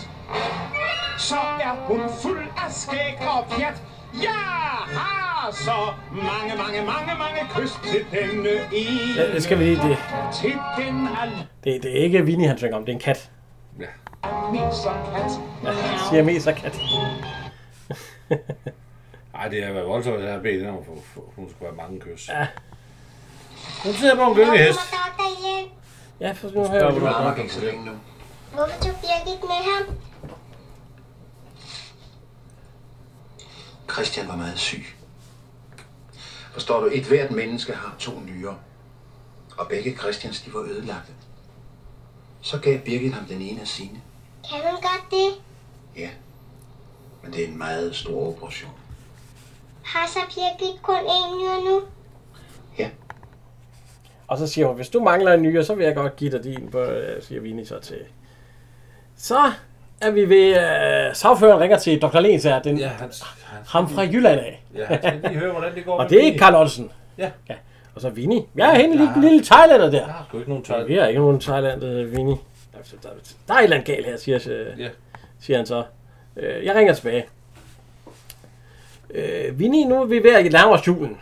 S11: så er hun fuld af skæg og pjat. Ja, har så mange, mange, mange, mange kys til denne ene.
S2: Ja, det skal vi lige- det-
S11: Til den al-
S2: Det, det er ikke Vinnie, han synger om. Det er en kat.
S3: Ja.
S11: kat.
S2: Siger mest kat. <laughs>
S3: Ej, det har været voldsomt, at jeg har bedt hende om, at få- få- hun skulle have mange kys.
S2: Ja.
S3: Hun sidder på en gyngehest.
S12: doktor hjem.
S2: Ja, for nu
S3: Spørger,
S2: hører
S3: hvor
S2: vi
S3: du har
S2: det.
S3: nok ikke så længe nu.
S12: Hvorfor tog Birgit med ham?
S5: Christian var meget syg. Forstår du, et hvert menneske har to nyrer. Og begge Christians, de var ødelagte. Så gav Birgit ham den ene af sine,
S12: Kan hun godt det?
S5: men det er en meget stor operation.
S12: Har så Birgit kun én nyre nu?
S2: Og så siger hun, hvis du mangler en nyere, så vil jeg godt give dig din, på, øh, siger Vinnie så til. Så er vi ved, øh, sagføreren ringer til Dr. Lens her, den, ja, han, ham fra Jylland af.
S3: Ja, han skal lige høre, hvordan det går
S2: og
S3: med
S2: det er
S3: Vinnie.
S2: Karl Olsen.
S3: Ja.
S2: ja. Og så Vinnie. Jeg er hende lige den lille thailander der.
S3: Der er sgu ikke nogen tøj.
S2: Vi har ikke nogen thailand, der hedder Vinnie. Altså, Der, der er et eller andet galt her, siger, øh,
S3: Ja.
S2: siger han så. Øh, jeg ringer tilbage. Øh, Vinnie, nu er vi ved at nærme os julen.
S3: Ja.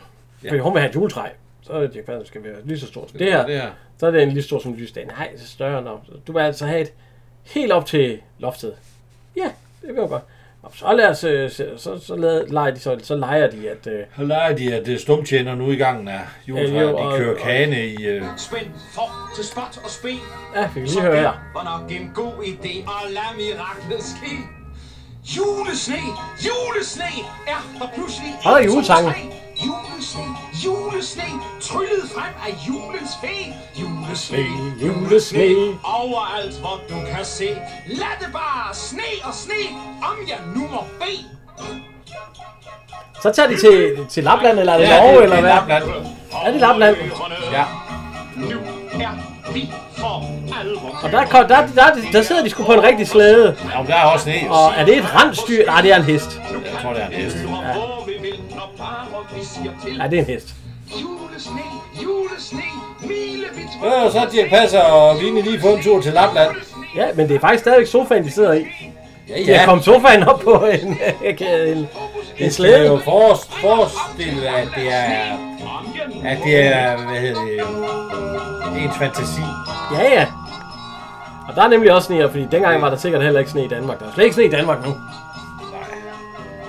S2: Ja. Fordi hun vil have et juletræ. Så er det Dirk Passer, skal være lige så stort som det her.
S3: Det her.
S2: Så er det en lige så stor som lysdagen. Nej, det er større nok. Du vil altså have et helt op til loftet. Ja, det vil jeg godt. Nå, så lad os, øh, så, så, så, lad- leger de, så, så leger de, at... Øh,
S3: Så leger de, at øh, stumtjener nu i gangen er
S2: Ja, jo,
S3: juletræet.
S2: og-
S3: De kører
S2: og-
S3: kane i... øh,
S11: Spænd for til spot og spe.
S2: Ja, vi kan lige
S11: Så
S2: høre
S11: det
S2: her.
S11: var nok en god idé, og lad miraklet ske. Julesne, julesne, er der pludselig...
S2: Her er
S11: en, to,
S2: julesangen.
S11: tre. Julesne, julesne, tryllet frem af julens fe. Julesne,
S2: julesne.
S11: overalt hvor du kan se. Lad det bare sne og sne, om jeg nu må bede.
S2: Så tager de til, til Lapland, eller er det
S11: Ja,
S2: Norge,
S11: det- det
S2: eller
S11: er
S2: hvad?
S11: Lapland.
S2: Er det Lapland?
S3: Ja.
S11: Nu er vi for alvor.
S2: Og der, kom, der, der, der, der sidder de sgu på en rigtig slæde.
S3: Ja, men der er også sne.
S2: Og er det et rensdyr? Nej, det er en hest.
S3: Jeg tror, det er en hest.
S2: Nej, det er en hest.
S11: Julesne, julesne, milevidt
S3: Ja, og så har Dirk Passer og Vinnie lige fået en tur til Lapland.
S2: Ja, men det er faktisk stadigvæk sofaen, de sidder i.
S3: Ja,
S2: De har kommet sofaen op på en, en, en
S3: Det er jo
S2: slæde.
S3: forest, forestille, at det er, at det er, hvad hedder det, ens fantasi.
S2: Ja, ja. Og der er nemlig også sne her, fordi dengang var der sikkert heller ikke sne i Danmark. Der er slet ikke sne i Danmark nu.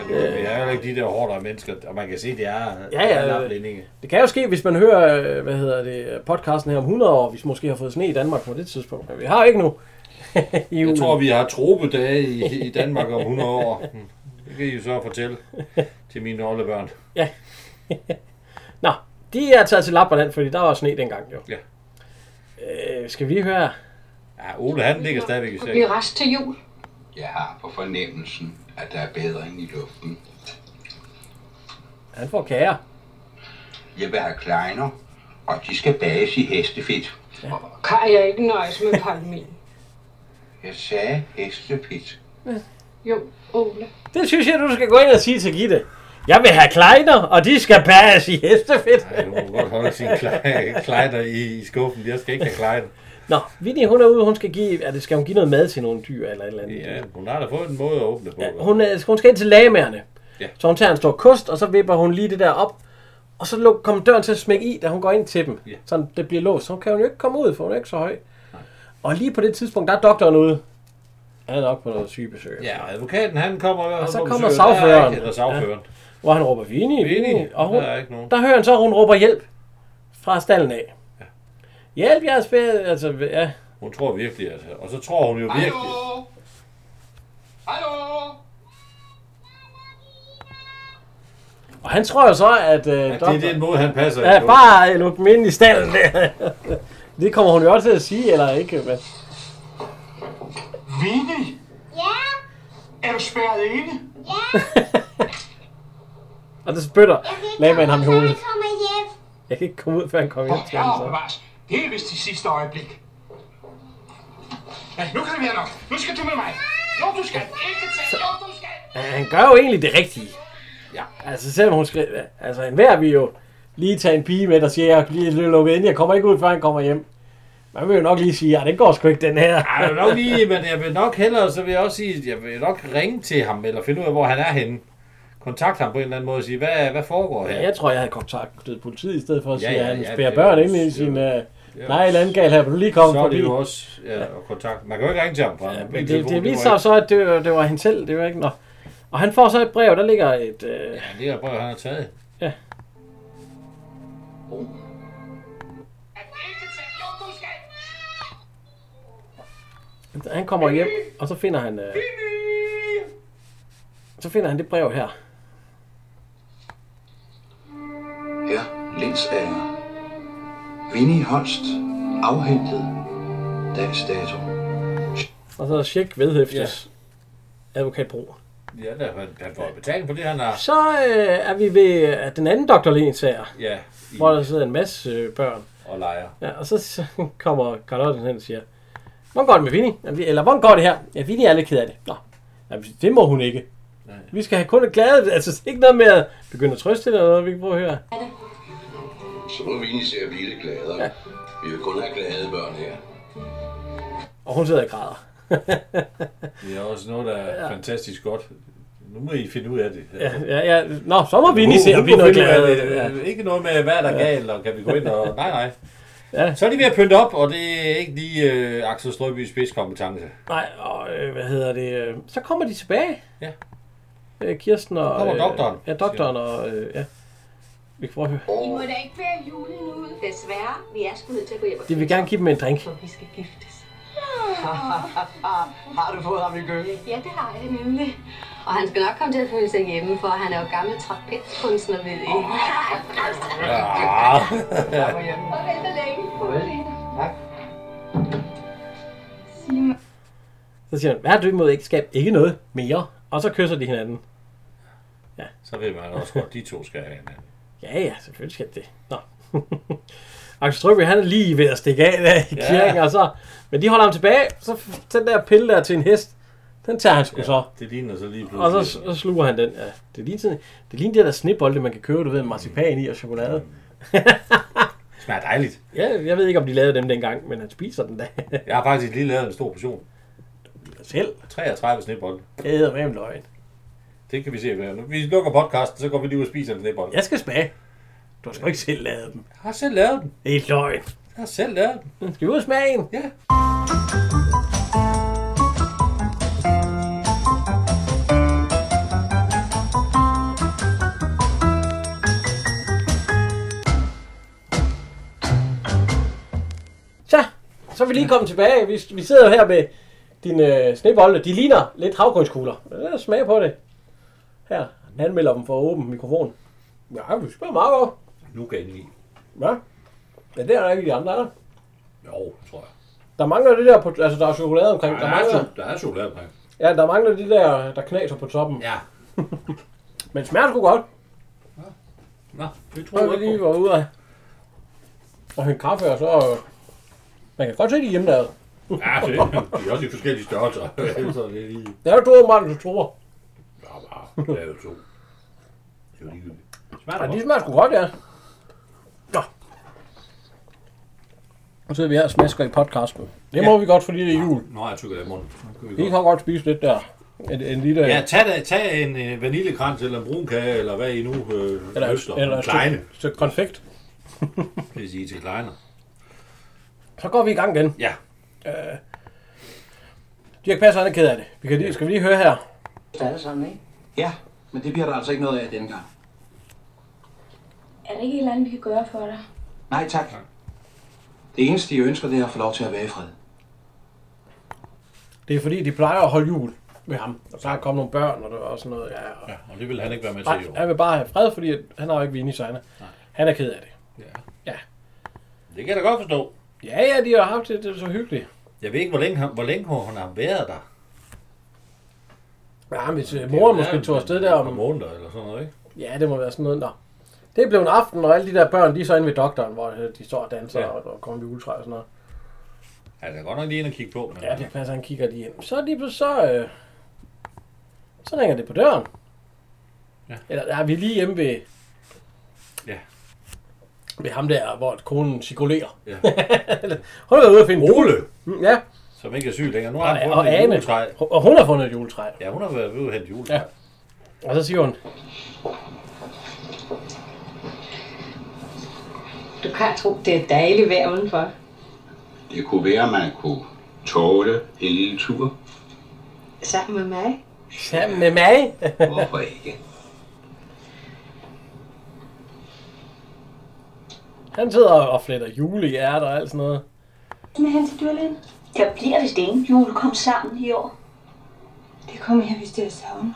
S3: Men Det er jo ikke de der hårdere mennesker, og man kan se, det er
S2: Ja, ja.
S3: det er laplændinge.
S2: Det kan jo ske, hvis man hører, øh, hvad hedder det, podcasten her om 100 år, hvis måske har fået sne i Danmark på det tidspunkt. Men vi har ikke nu. <laughs> I
S3: Jeg
S2: julen.
S3: tror, vi har tropedage i, i Danmark om 100 <laughs> år. Hmm. Det kan I jo så fortælle til mine oldebørn.
S2: Ja. Nå, de er taget til Lapland, fordi der var sne dengang jo.
S3: Ja.
S2: Øh, skal vi høre?
S3: Ja, Ole, han ligger stadigvæk i
S17: blive
S3: sengen.
S17: rest til jul.
S5: Jeg har på fornemmelsen, at der er bedring i luften.
S2: Han får kager.
S5: Jeg vil have kleiner, og de skal bages i hestefedt.
S17: Kan jeg ikke nøjes med palmin?
S5: Jeg sagde hestefedt.
S17: Jo, Ole.
S2: Det synes jeg, du skal gå ind og sige til Gitte. Jeg vil have kleiner, og de skal bages i hestefedt.
S3: Ja, hun må godt holde sine kle- kleider i, i skuffen. Jeg skal ikke have kleider.
S2: Nå, Vinnie, hun er ude, hun skal give, er det, skal hun give noget mad til nogle dyr eller et eller andet?
S3: Ja, hun har da fået en måde at åbne på. Ja,
S2: Hun, er, hun skal ind til lagemærerne.
S3: Ja.
S2: Så hun tager en stor kost, og så vipper hun lige det der op. Og så luk- kommer døren til at smække i, da hun går ind til dem.
S3: Ja.
S2: Så det bliver låst. Så kan hun jo ikke komme ud, for hun er ikke så høj. Og lige på det tidspunkt, der er doktoren ude. Han er nok på noget sygebesøg.
S3: Ja, og advokaten han kommer i hvert fald
S2: Og så
S3: på
S2: kommer
S3: besøg. Der er
S2: sagføreren.
S3: ikke- Eller sagføreren.
S2: Hvor han råber, Vini, Vini.
S3: Vinnie,
S2: Og hun,
S3: der er ikke nogen.
S2: der hører han så, at hun råber hjælp fra stallen af. Ja. Hjælp, jeg er spændt. Altså, ja.
S3: Hun tror virkelig, at... Og så tror hun jo virkelig...
S13: Hallo?
S2: Og han tror jo så, at... Øh,
S3: At det er den måde, han passer
S2: Ja,
S3: på.
S2: bare luk dem ind i stallen der. <laughs> det kommer hun jo også til at sige, eller ikke? Men...
S13: Vinnie?
S12: Ja,
S13: Er du spærret inde?
S2: <laughs> Og det spytter lagmanden ham i hovedet.
S12: Kommer hjem.
S2: Jeg kan ikke komme ud, før han kommer hjem til ham.
S13: Ja,
S2: Så.
S13: bevares. Det er vist det sidste øjeblik. Ja, nu kan det være nok. Nu skal du med mig. Jo, du skal. Ikke til. Jo, du skal.
S2: Ja, Han gør jo egentlig det rigtige. Ja. Altså selvom hun skriver... Altså enhver vil jo lige tage en pige med, der siger, jeg bliver lige lukket ind, jeg kommer ikke ud, før han kommer hjem. Man vil jo nok lige sige, ja, det går sgu ikke, den her.
S3: Jeg vil nok lige, men jeg vil nok hellere, så vil jeg også sige, at jeg vil nok ringe til ham, eller finde ud af, hvor han er henne. Kontakt ham på en eller anden måde og sige, hvad, hvad foregår her?
S2: Ja, jeg tror, jeg havde kontaktet politiet i stedet for at
S3: Ja,
S2: sige, at
S3: ja,
S2: han
S3: ja,
S2: spærer
S3: det er
S2: børn
S3: jo-
S2: ind i
S3: det
S2: sin...
S3: er jo-
S2: øh,
S3: det er
S2: Nej,
S3: jo-
S2: et andet galt her, vil du lige komme
S3: så er
S2: forbi.
S3: det jo også ja, og kontakt. Man kan jo ikke ringe til ham fra ja,
S2: Men det, det viser sig jo så, at det var, det var hende selv, det var ikke noget. Og han får så et brev, der ligger et... Øh,
S3: Ja, det er brev, han har taget.
S2: Ja. Han kommer hjem, og så finder han... Øh, så finder han det brev her.
S13: Her, Lensager. Vinnie Holst. Afhentet. Dags dato.
S2: Og så er der tjek vedhæftes. Advokat Bro.
S3: Ja, der, han, han får betaling for det, han har.
S2: Så øh, er vi ved øh, den anden Dr. Lens her,
S3: Ja, i,
S2: hvor der sidder en masse øh, børn.
S3: og leger.
S2: Ja, og så, så kommer Carl Otten hen og siger, hvordan går det med Vinnie? Ja, vi- Eller hvordan går det her? Ja, Vinnie er lidt ked af det. Nå, Jamen, det må hun ikke. Nej. Vi skal have kun et glade, altså ikke noget med at begynde at trøste eller noget, vi kan prøve at høre.
S15: Så nu er vi egentlig til at blive lidt gladere. Ja. Vi vil kun have glade børn her.
S2: Og hun sidder og græder. <laughs>
S3: Det er også noget, der er
S2: Ja.
S3: ja. fantastisk godt. Nu må I finde ud af det.
S2: Ja, ja, ja. Nå, så må Vinnie se,
S3: Hun-
S2: om
S3: hun
S2: vi er
S3: må
S2: noget
S3: finde ud af
S2: glade.
S3: det.
S2: Ja.
S3: Ikke noget med, hvad er der
S2: Ja.
S3: ja. galt, og kan vi gå ind og... Nej, nej.
S2: Ja.
S3: Så er de ved at pynte op, og det er ikke lige øh, Axel Strøbys spidskompetence.
S2: Nej, og øh, hvad hedder det? øh, Så kommer de tilbage.
S3: Ja.
S2: Øh, Kirsten og...
S3: Så kommer
S2: øh,
S3: doktoren,
S2: Ja, doktoren og... Øh, ja. Vi kan prøve at høre.
S17: I må da ikke bære julen ud. Desværre, vi er sgu nødt til at gå hjem og
S2: De vil gerne give dem en drink.
S17: Vi skal giftes.
S19: Har du fået ham i gyngen?
S17: Ja, det har jeg nemlig. Og han skal nok komme til at føle sig hjemme, for han er jo gammel trapezkunstner, ved I.
S3: Ja.
S17: Farvel så længe.
S2: Så siger han, hvad har du imod ægteskab? Ikke noget mere. Og så kysser de hinanden.
S3: Så ved man også godt, de to skal have hinanden.
S2: Ja, ja, selvfølgelig skal det. Nå. <laughs> Axel Strøby, han er lige ved at stikke af der i
S3: Ja.
S2: kirken, og så... Men de holder ham tilbage, så f- den der pille der til en hest, den tager han sgu så.
S3: Det ligner så lige
S2: Og
S3: pludselig.
S2: så, så sluger han den. Ja, det er lige sådan, det ligner de der snebolde, man kan købe, du ved, med marcipan i og chokolade.
S3: smager dejligt.
S2: Ja, jeg ved ikke, om de lavede dem dengang, men han spiser den da.
S3: Jeg har faktisk lige lavet en stor portion.
S2: <laughs> Selv?
S3: 33 snebold.
S2: Jeg æder med løgn.
S3: Det kan vi se. hvad- Nu, vi lukker podcasten, så går vi lige ud og spiser en snebold.
S2: Jeg skal smage. Du har sgu ikke selv lavet dem.
S3: Jeg har selv lavet den.
S2: Det er løgn.
S3: Jeg har selv lavet den.
S2: Skal vi ud og smage en?
S3: Ja.
S2: Så, så er vi lige kommet tilbage. Vi, vi sidder jo her med dine øh, snebolde. De ligner lidt havgrønskugler. Lad os smage på det. Her, han anmelder dem for åben mikrofon. Ja, vi smager meget godt.
S3: Nu kan jeg i.
S2: Ja. Men det er der ikke i de andre, er der?
S3: Jo, tror jeg.
S2: Der mangler det der, på, altså der er chokolade omkring.
S3: Der er,
S2: mangler,
S3: cho- der er chokolade omkring.
S2: ja, der mangler det der, der knaser på toppen.
S3: Ja.
S2: Men smager sgu godt.
S3: Nå, det
S2: tror jeg
S3: jeg
S2: lige var ude af. Og hente kaffe, og så... øh, Man kan godt se, de er hjemmelavet.
S3: Ja, det de er også i forskellige <laughs> størrelser. så det er lige...
S2: Det er jo to åbenbart, du tror.
S3: Ja, bare lavet to. Det er jo ligegyldigt. Smager
S2: Ja,
S3: det
S2: de
S3: godt?
S2: smager sgu godt, ja. Nå. Nu sidder vi her og smasker i podcasten. Det må
S3: Ja.
S2: vi godt, fordi det er jul.
S3: Nå, jeg tykker det i munden. Nu kan vi
S2: Vi
S3: godt-
S2: kan godt spise lidt der. En, en lille...
S3: Ja, tag, da- tag en øh, vaniljekrans eller en brun kage, eller hvad I nu øh,
S2: eller,
S3: lyster.
S2: eller
S3: en
S2: et
S3: kleine,
S2: stykke, stykke konfekt.
S3: hvis I er til kleiner.
S2: Så går vi i gang igen.
S3: Ja.
S2: Øh, Dirk Passer, han er ked af det. Vi kan lige, skal vi lige høre her?
S19: Alle sammen, ikke?
S5: Ja, men det bliver der altså ikke noget af denne gang.
S10: Er der ikke et eller andet, vi kan gøre for dig?
S5: Nej, tak. Det eneste, jeg ønsker, det er at få lov til at være i fred.
S2: Det er fordi, de plejer at holde jul med ham. Der plejer at komme nogle børn og, der- og sådan noget. Ja, og,
S3: Og det vil han ikke være med til i
S2: Nej,
S3: år.
S2: han vil bare have fred, fordi at han har jo ikke vinde i sig. Han er ked af det.
S3: Det kan jeg da godt forstå.
S2: Ja, ja, de har haft det, det er så hyggeligt.
S3: Jeg ved ikke, hvor længe, han- hvor længe hun har været der.
S2: Ja, hvis øh, moren måske tog afsted der om...
S3: måneder eller sådan noget, ikke?
S2: Ja, det må være sådan noget, der. Det blev en aften, og alle de der børn, de er så inde ved doktoren, hvor øh, de står og danser
S3: Ja.
S2: ja. og, og kommer ved juletræ og sådan noget.
S3: Ja, der er godt nok lige ind og kigge på. Men
S2: Ja, det passer, han kigger lige ind. Så lige pludselig, så, øh, så ringer det på døren.
S3: Ja.
S2: Eller der er vi lige hjemme ved,
S3: Ja.
S2: ved ham der, hvor konen cirkulerer.
S3: Ja.
S2: <laughs> hun har været ude at finde
S3: Ole!
S2: Mm, Ja,
S3: Som ikke er syg længere. Nu har
S2: og,
S3: han
S2: og
S3: fundet et
S2: Ane.
S3: juletræ.
S2: Og hun har fundet et juletræ.
S3: Ja, hun har været ved at hente juletræ.
S2: Ja. Og så siger hun,
S11: Du kan tro, det er dejligt vejr udenfor.
S13: Det kunne være, at man kunne tåle en lille tur.
S11: Sammen med mig.
S2: sammen med mig. <laughs>
S13: Hvorfor ikke?
S2: han sidder og fletter julehjerter og alt sådan noget. <laughs>
S7: med hen til dyrlægen? Der bliver vist ingen jul kom sammen i år. Det kommer jeg vist til at savne.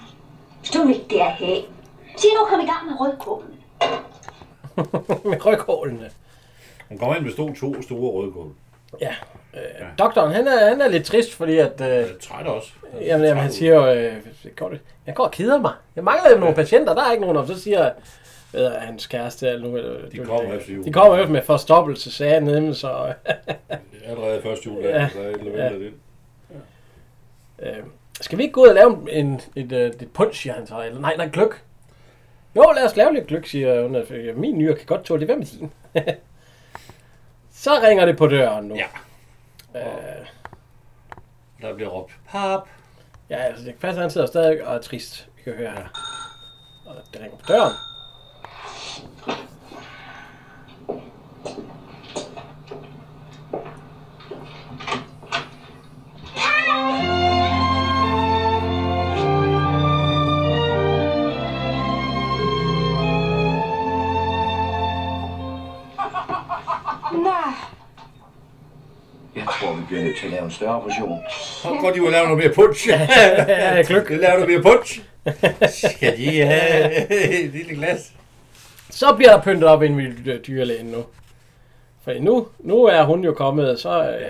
S7: Hvis du ikke det er have. Sig nu, kom i gang med rødkålen.
S2: med rygkålene.
S3: Hun kommer ind med stod to store rødkål.
S2: Ja. Øh, doktoren, han er, han er lidt trist, fordi at... Øh, jeg
S3: træt også.
S2: Jamen, jamen han siger jo, øh, jeg går- jeg går og keder mig. Jeg mangler jo nogle patienter, der er ikke nogen om. Så siger øh, hans kæreste, eller nu, øh, de
S3: kommer efter jul.
S2: De kommer efter med forstoppelse, sagde han nemlig, så... øh,
S3: Allerede første juledag,
S2: Ja.
S3: der er et eller
S2: Ja.
S3: andet ind.
S2: øh, skal vi ikke gå ud og lave en, et, øh, et punch, siger han så? Eller nej, nej, gløk. Jo, lad os lave lidt gløk, siger hun. at, øh, Min nyre kan godt tåle det. Hvad med din? <laughs> så ringer det på døren nu. Ja. Øh,
S3: Der bliver råbt.
S2: Pap. Ja, altså det passer, han sidder stadig og er trist. Vi kan høre her. Og det ringer på døren.
S7: Nej.
S5: Jeg tror, vi bliver nødt til at lave en større portion.
S3: Så går de ud og laver noget mere punch.
S5: Ja,
S3: <laughs>
S2: gløk.
S3: Det laver noget mere punch. Skal de have et lille glas?
S2: Så bliver der pyntet op ind ved dy- dyrlægen nu. For nu, nu er hun jo kommet, så... Øh,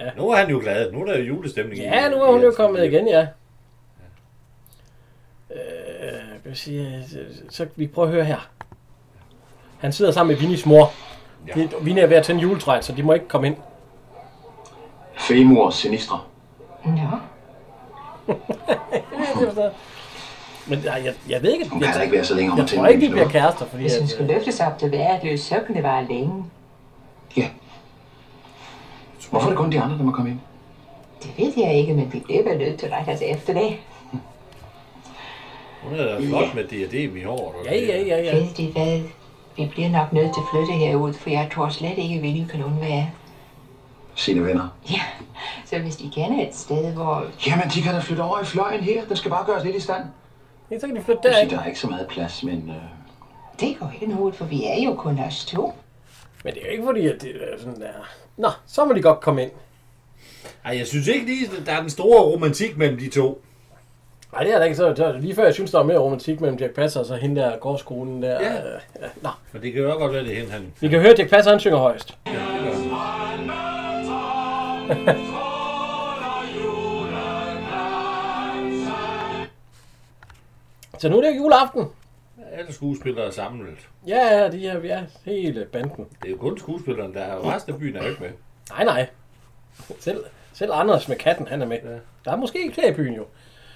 S2: ja.
S3: Nu er han jo glad. Nu er der jo julestemning. i-
S2: Ja, nu er hun jo kommet igen, ja. Øh, jeg vil sige, så, så vi prøver at høre her. Han sidder sammen med Vinnies mor.
S20: Ja.
S2: Ja. Vinnie er ved at tænde juletræet, så de må ikke komme ind.
S20: Femur sinistre.
S7: Ja.
S2: Men nej, jeg, jeg ved ikke...
S7: Hun
S2: jeg,
S7: kan da ikke være så længe om
S2: Jeg
S7: at tænde
S2: tror ikke, de
S7: lyset,
S2: bliver
S7: hva'?
S2: kærester, fordi...
S7: Hvis hun
S2: At,
S7: skulle løftes op til vejret, løs, så kunne det vare længe.
S5: Hvorfor er det kun de andre, der må komme ind?
S7: Det ved jeg ikke, men vi bliver nødt til at række os efter det.
S3: Hun er da flot med diadem i håret. og det.
S7: ja, ja. Ved de hvad? Vi bliver nok nødt til at flytte herud, for jeg tror slet ikke, at Vinnie kan undvære.
S5: Sine venner.
S7: Ja, så hvis de kender et sted, hvor...
S5: Jamen, de kan da flytte over i fløjen her. Den skal bare gøres lidt i stand.
S2: Ja, så kan de flytte
S5: der, ikke? Der er ikke så meget plads, men... Øh...
S7: Det går ikke noget, for vi er jo kun os to.
S2: Men det er jo ikke fordi, at det er sådan der... Nå, så må de godt komme ind.
S3: Ej, jeg synes ikke lige, der er den store romantik mellem de to.
S2: Nej, det er der ikke så. det er- Lige før jeg synes, der er mere romantik mellem Dirk Passer og så hende der gårdskolen der.
S3: Ja.
S2: øh, ja. Nå,
S3: Men det kan jo godt være, det er hende, han...
S2: vi kan høre, at Dirk Passer han synger højst. så nu er det jo juleaften.
S3: Alle skuespillere er samlet.
S2: Ja, ja, de er, ja, hele banden.
S3: Det er jo kun skuespilleren, der er resten af byen er jo ikke med.
S2: Nej, nej. Selv, selv Anders med katten, han er med. Ja. Der er måske ikke flere i byen jo.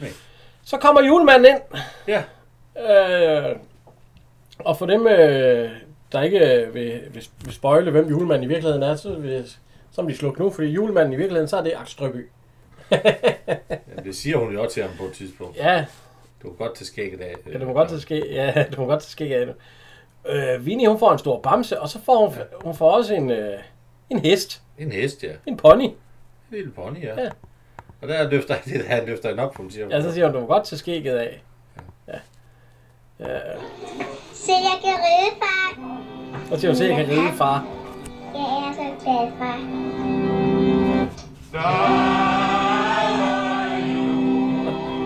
S3: Nej.
S2: Så kommer julemanden ind.
S3: Ja.
S2: Øh, og for dem, øh, der ikke øh, vil, vil, vil spøjle, hvem julemanden i virkeligheden er, så, vil, så må de slukke nu, fordi julemanden i virkeligheden, så er det Akstrøby.
S3: Jamen, det siger hun jo også til ham på et tidspunkt.
S2: Ja.
S3: Du kan godt til skægget af. øh,
S2: Ja, det må godt til at ske. Ja, <laughs> det må godt til at ske af nu. Øh, Vinnie, hun får en stor bamse, og så får hun, ja. hun får også en, øh, en hest.
S3: En hest, ja.
S2: En pony.
S3: En lille pony, ja.
S2: Ja.
S3: ja. Og der løfter han, <laughs> det, han løfter han op, hun siger.
S2: Ja, så siger hun, du må godt til skægget af. Ja. ja.
S21: Se, jeg kan ride, far.
S2: Og siger hun, se, jeg kan ride, far.
S21: Jeg er så glad, far.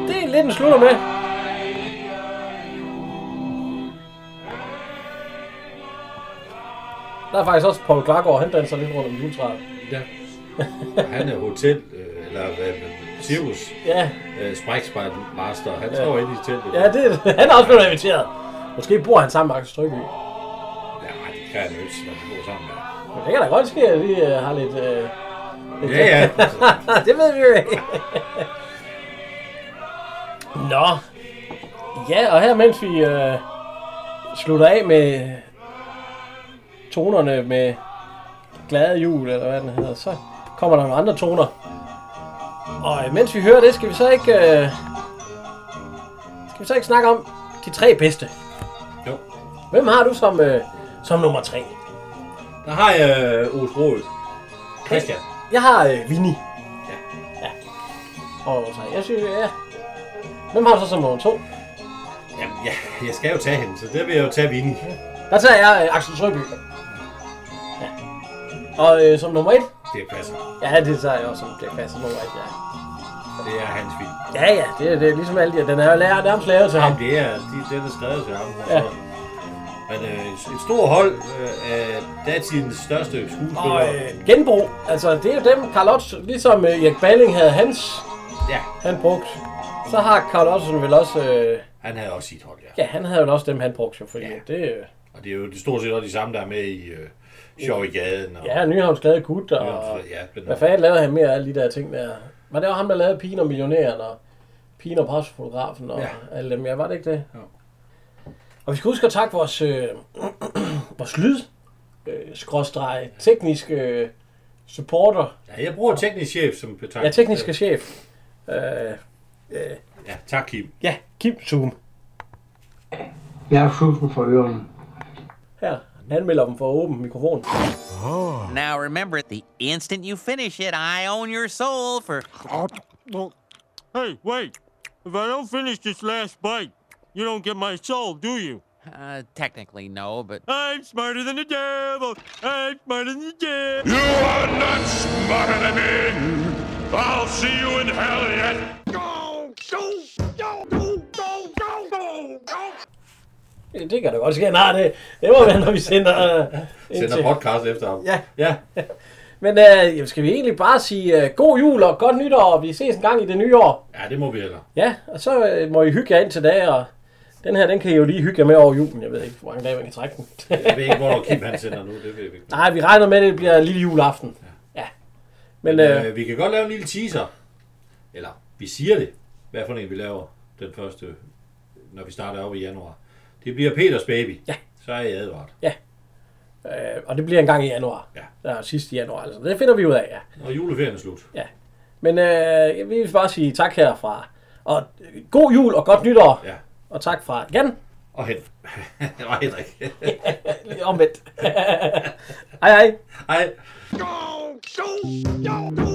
S2: Det er lidt en slutter med. Der er faktisk også Paul Klargaard, han danser lidt rundt om juletræet.
S3: Ja. Og han er hotel øh, eller øh, Sirius,
S2: Ja.
S3: øh, Sprækspejl Master, han
S2: Ja.
S3: står inde i teltet.
S2: Ja, det, <laughs> han er også blevet inviteret. Måske bor han sammen med Axel Strøby.
S3: Nej, det kan jeg jo ikke, når vi bor sammen med.
S2: Men det kan da godt ske, at vi øh, har lidt... Øh, lidt
S3: Ja, ja.
S2: Ah, det ved vi jo ikke. Nå. Ja, og her mens vi øh, slutter af med tonerne med glade jul, eller hvad den hedder, så kommer der nogle andre toner. Og øh, mens vi hører det, skal vi så ikke... Øh, skal vi så ikke snakke om de tre bedste?
S3: Jo.
S2: Hvem har du som, øh, som nummer tre?
S3: Der har jeg øh, Os Rode. Christian.
S2: Jeg har øh, Vinny. Ja. ja. Og så jeg synes, ja. Hvem har du så som nummer to?
S3: Jamen, ja, jeg skal jo tage hende, så der vil jeg jo tage Vinnie.
S2: Der tager jeg øh, Axel Søby. Ja. Og øh, som nummer et?
S3: Dirch Passer.
S2: Ja, det tager jeg også som Dirk Passer nummer et, ja.
S3: Det er hans film.
S2: Ja, ja, det, er- det er ligesom alle de, den er jo lærer, nærmest lavet til ham.
S3: Jamen, det er, de, den er skrevet til ham.
S2: Ja.
S3: Ja. Men øh, et- et stort hold øh, af datidens største
S2: Og
S3: skuespillere.
S2: øh, genbrug, altså det er jo dem, Carl Ottsen, ligesom øh, Erik Balling havde hans,
S3: Ja.
S2: han brugt. Så har Carl Ottsen vel også, øh,
S3: Han havde også sit hold, ja.
S2: ja, han havde jo også dem, han brugte jo, fordi ja. det, øh,
S3: Og det er jo det er stort set også de samme, der er med i øh, Sjov i gaden. Og,
S2: ja, Nyhavns Glade Gut, og,
S3: og, ja, men,
S2: Hvad fanden lavede han mere af alle de der ting der? Var det også ham, der lavede Pigen og Millionæren og Pigen og Postfotografen og ja.
S3: Ja.
S2: alle dem? Ja, var det ikke det? Ja. Og vi skal huske at takke vores, øh, <clears throat> vores lyd, øh, skråstreg, tekniske øh, supporter.
S3: ja, jeg bruger teknisk chef som betegnelse.
S2: Ja, tekniske chef. Øh, øh,
S3: Ja, tak Kim.
S2: ja, Kim Zoom.
S14: Jeg har susen for ørerne.
S2: Her, anmelder dem for åben mikrofon.
S1: Now remember, the instant you finish it, I own your soul for.
S9: Hey, wait. If I don't finish this last bite, you don't get my soul, do you?
S1: Uh, technically, no, but.
S9: I'm smarter than the devil. I'm smarter than the devil.
S7: You are not smarter than me. I'll see you in hell yet. Go, go, go, go, go, go, go, go.
S2: Ja, Det kan da godt ske. Nej, det, det må være, når vi sender... Øh, ind
S3: Sender
S2: til-
S3: podcast efter ham.
S2: Ja.
S3: ja.
S2: Men øh, jamen, skal vi egentlig bare sige øh, god jul og godt nytår, og vi ses en gang i det nye år.
S3: Ja, det må vi heller.
S2: Ja, og så øh, må I hygge jer indtil da, og den her, den kan I jo lige hygge jer med over julen. Jeg ved ikke, hvor mange dage man kan <laughs> trække den.
S3: Jeg ved ikke, hvornår Kim han sender nu. Det ved vi ikke.
S2: Nej, vi regner med, at det bliver lille juleaften. Ja. Men,
S3: Men
S2: øh,
S3: øh, vi kan godt lave en lille teaser. Eller, vi siger det. Hvad for en vi laver den første, når vi starter op i januar. Det bliver Peters baby.
S2: Ja.
S3: Så er jeg advaret.
S2: øh, og det bliver en gang i januar. Ja. ja sidste januar, altså. Det finder vi ud af, ja.
S3: Og juleferien er slut.
S2: Ja. Men øh, vi vil bare sige tak herfra. Og øh, god jul og godt nytår.
S3: Ja.
S2: Og tak fra Jan.
S3: Og Henrik. <laughs> og Henrik. <laughs>
S2: Lige omvendt. <laughs> hej hej.
S3: Hej.
S7: Go, go, go, go.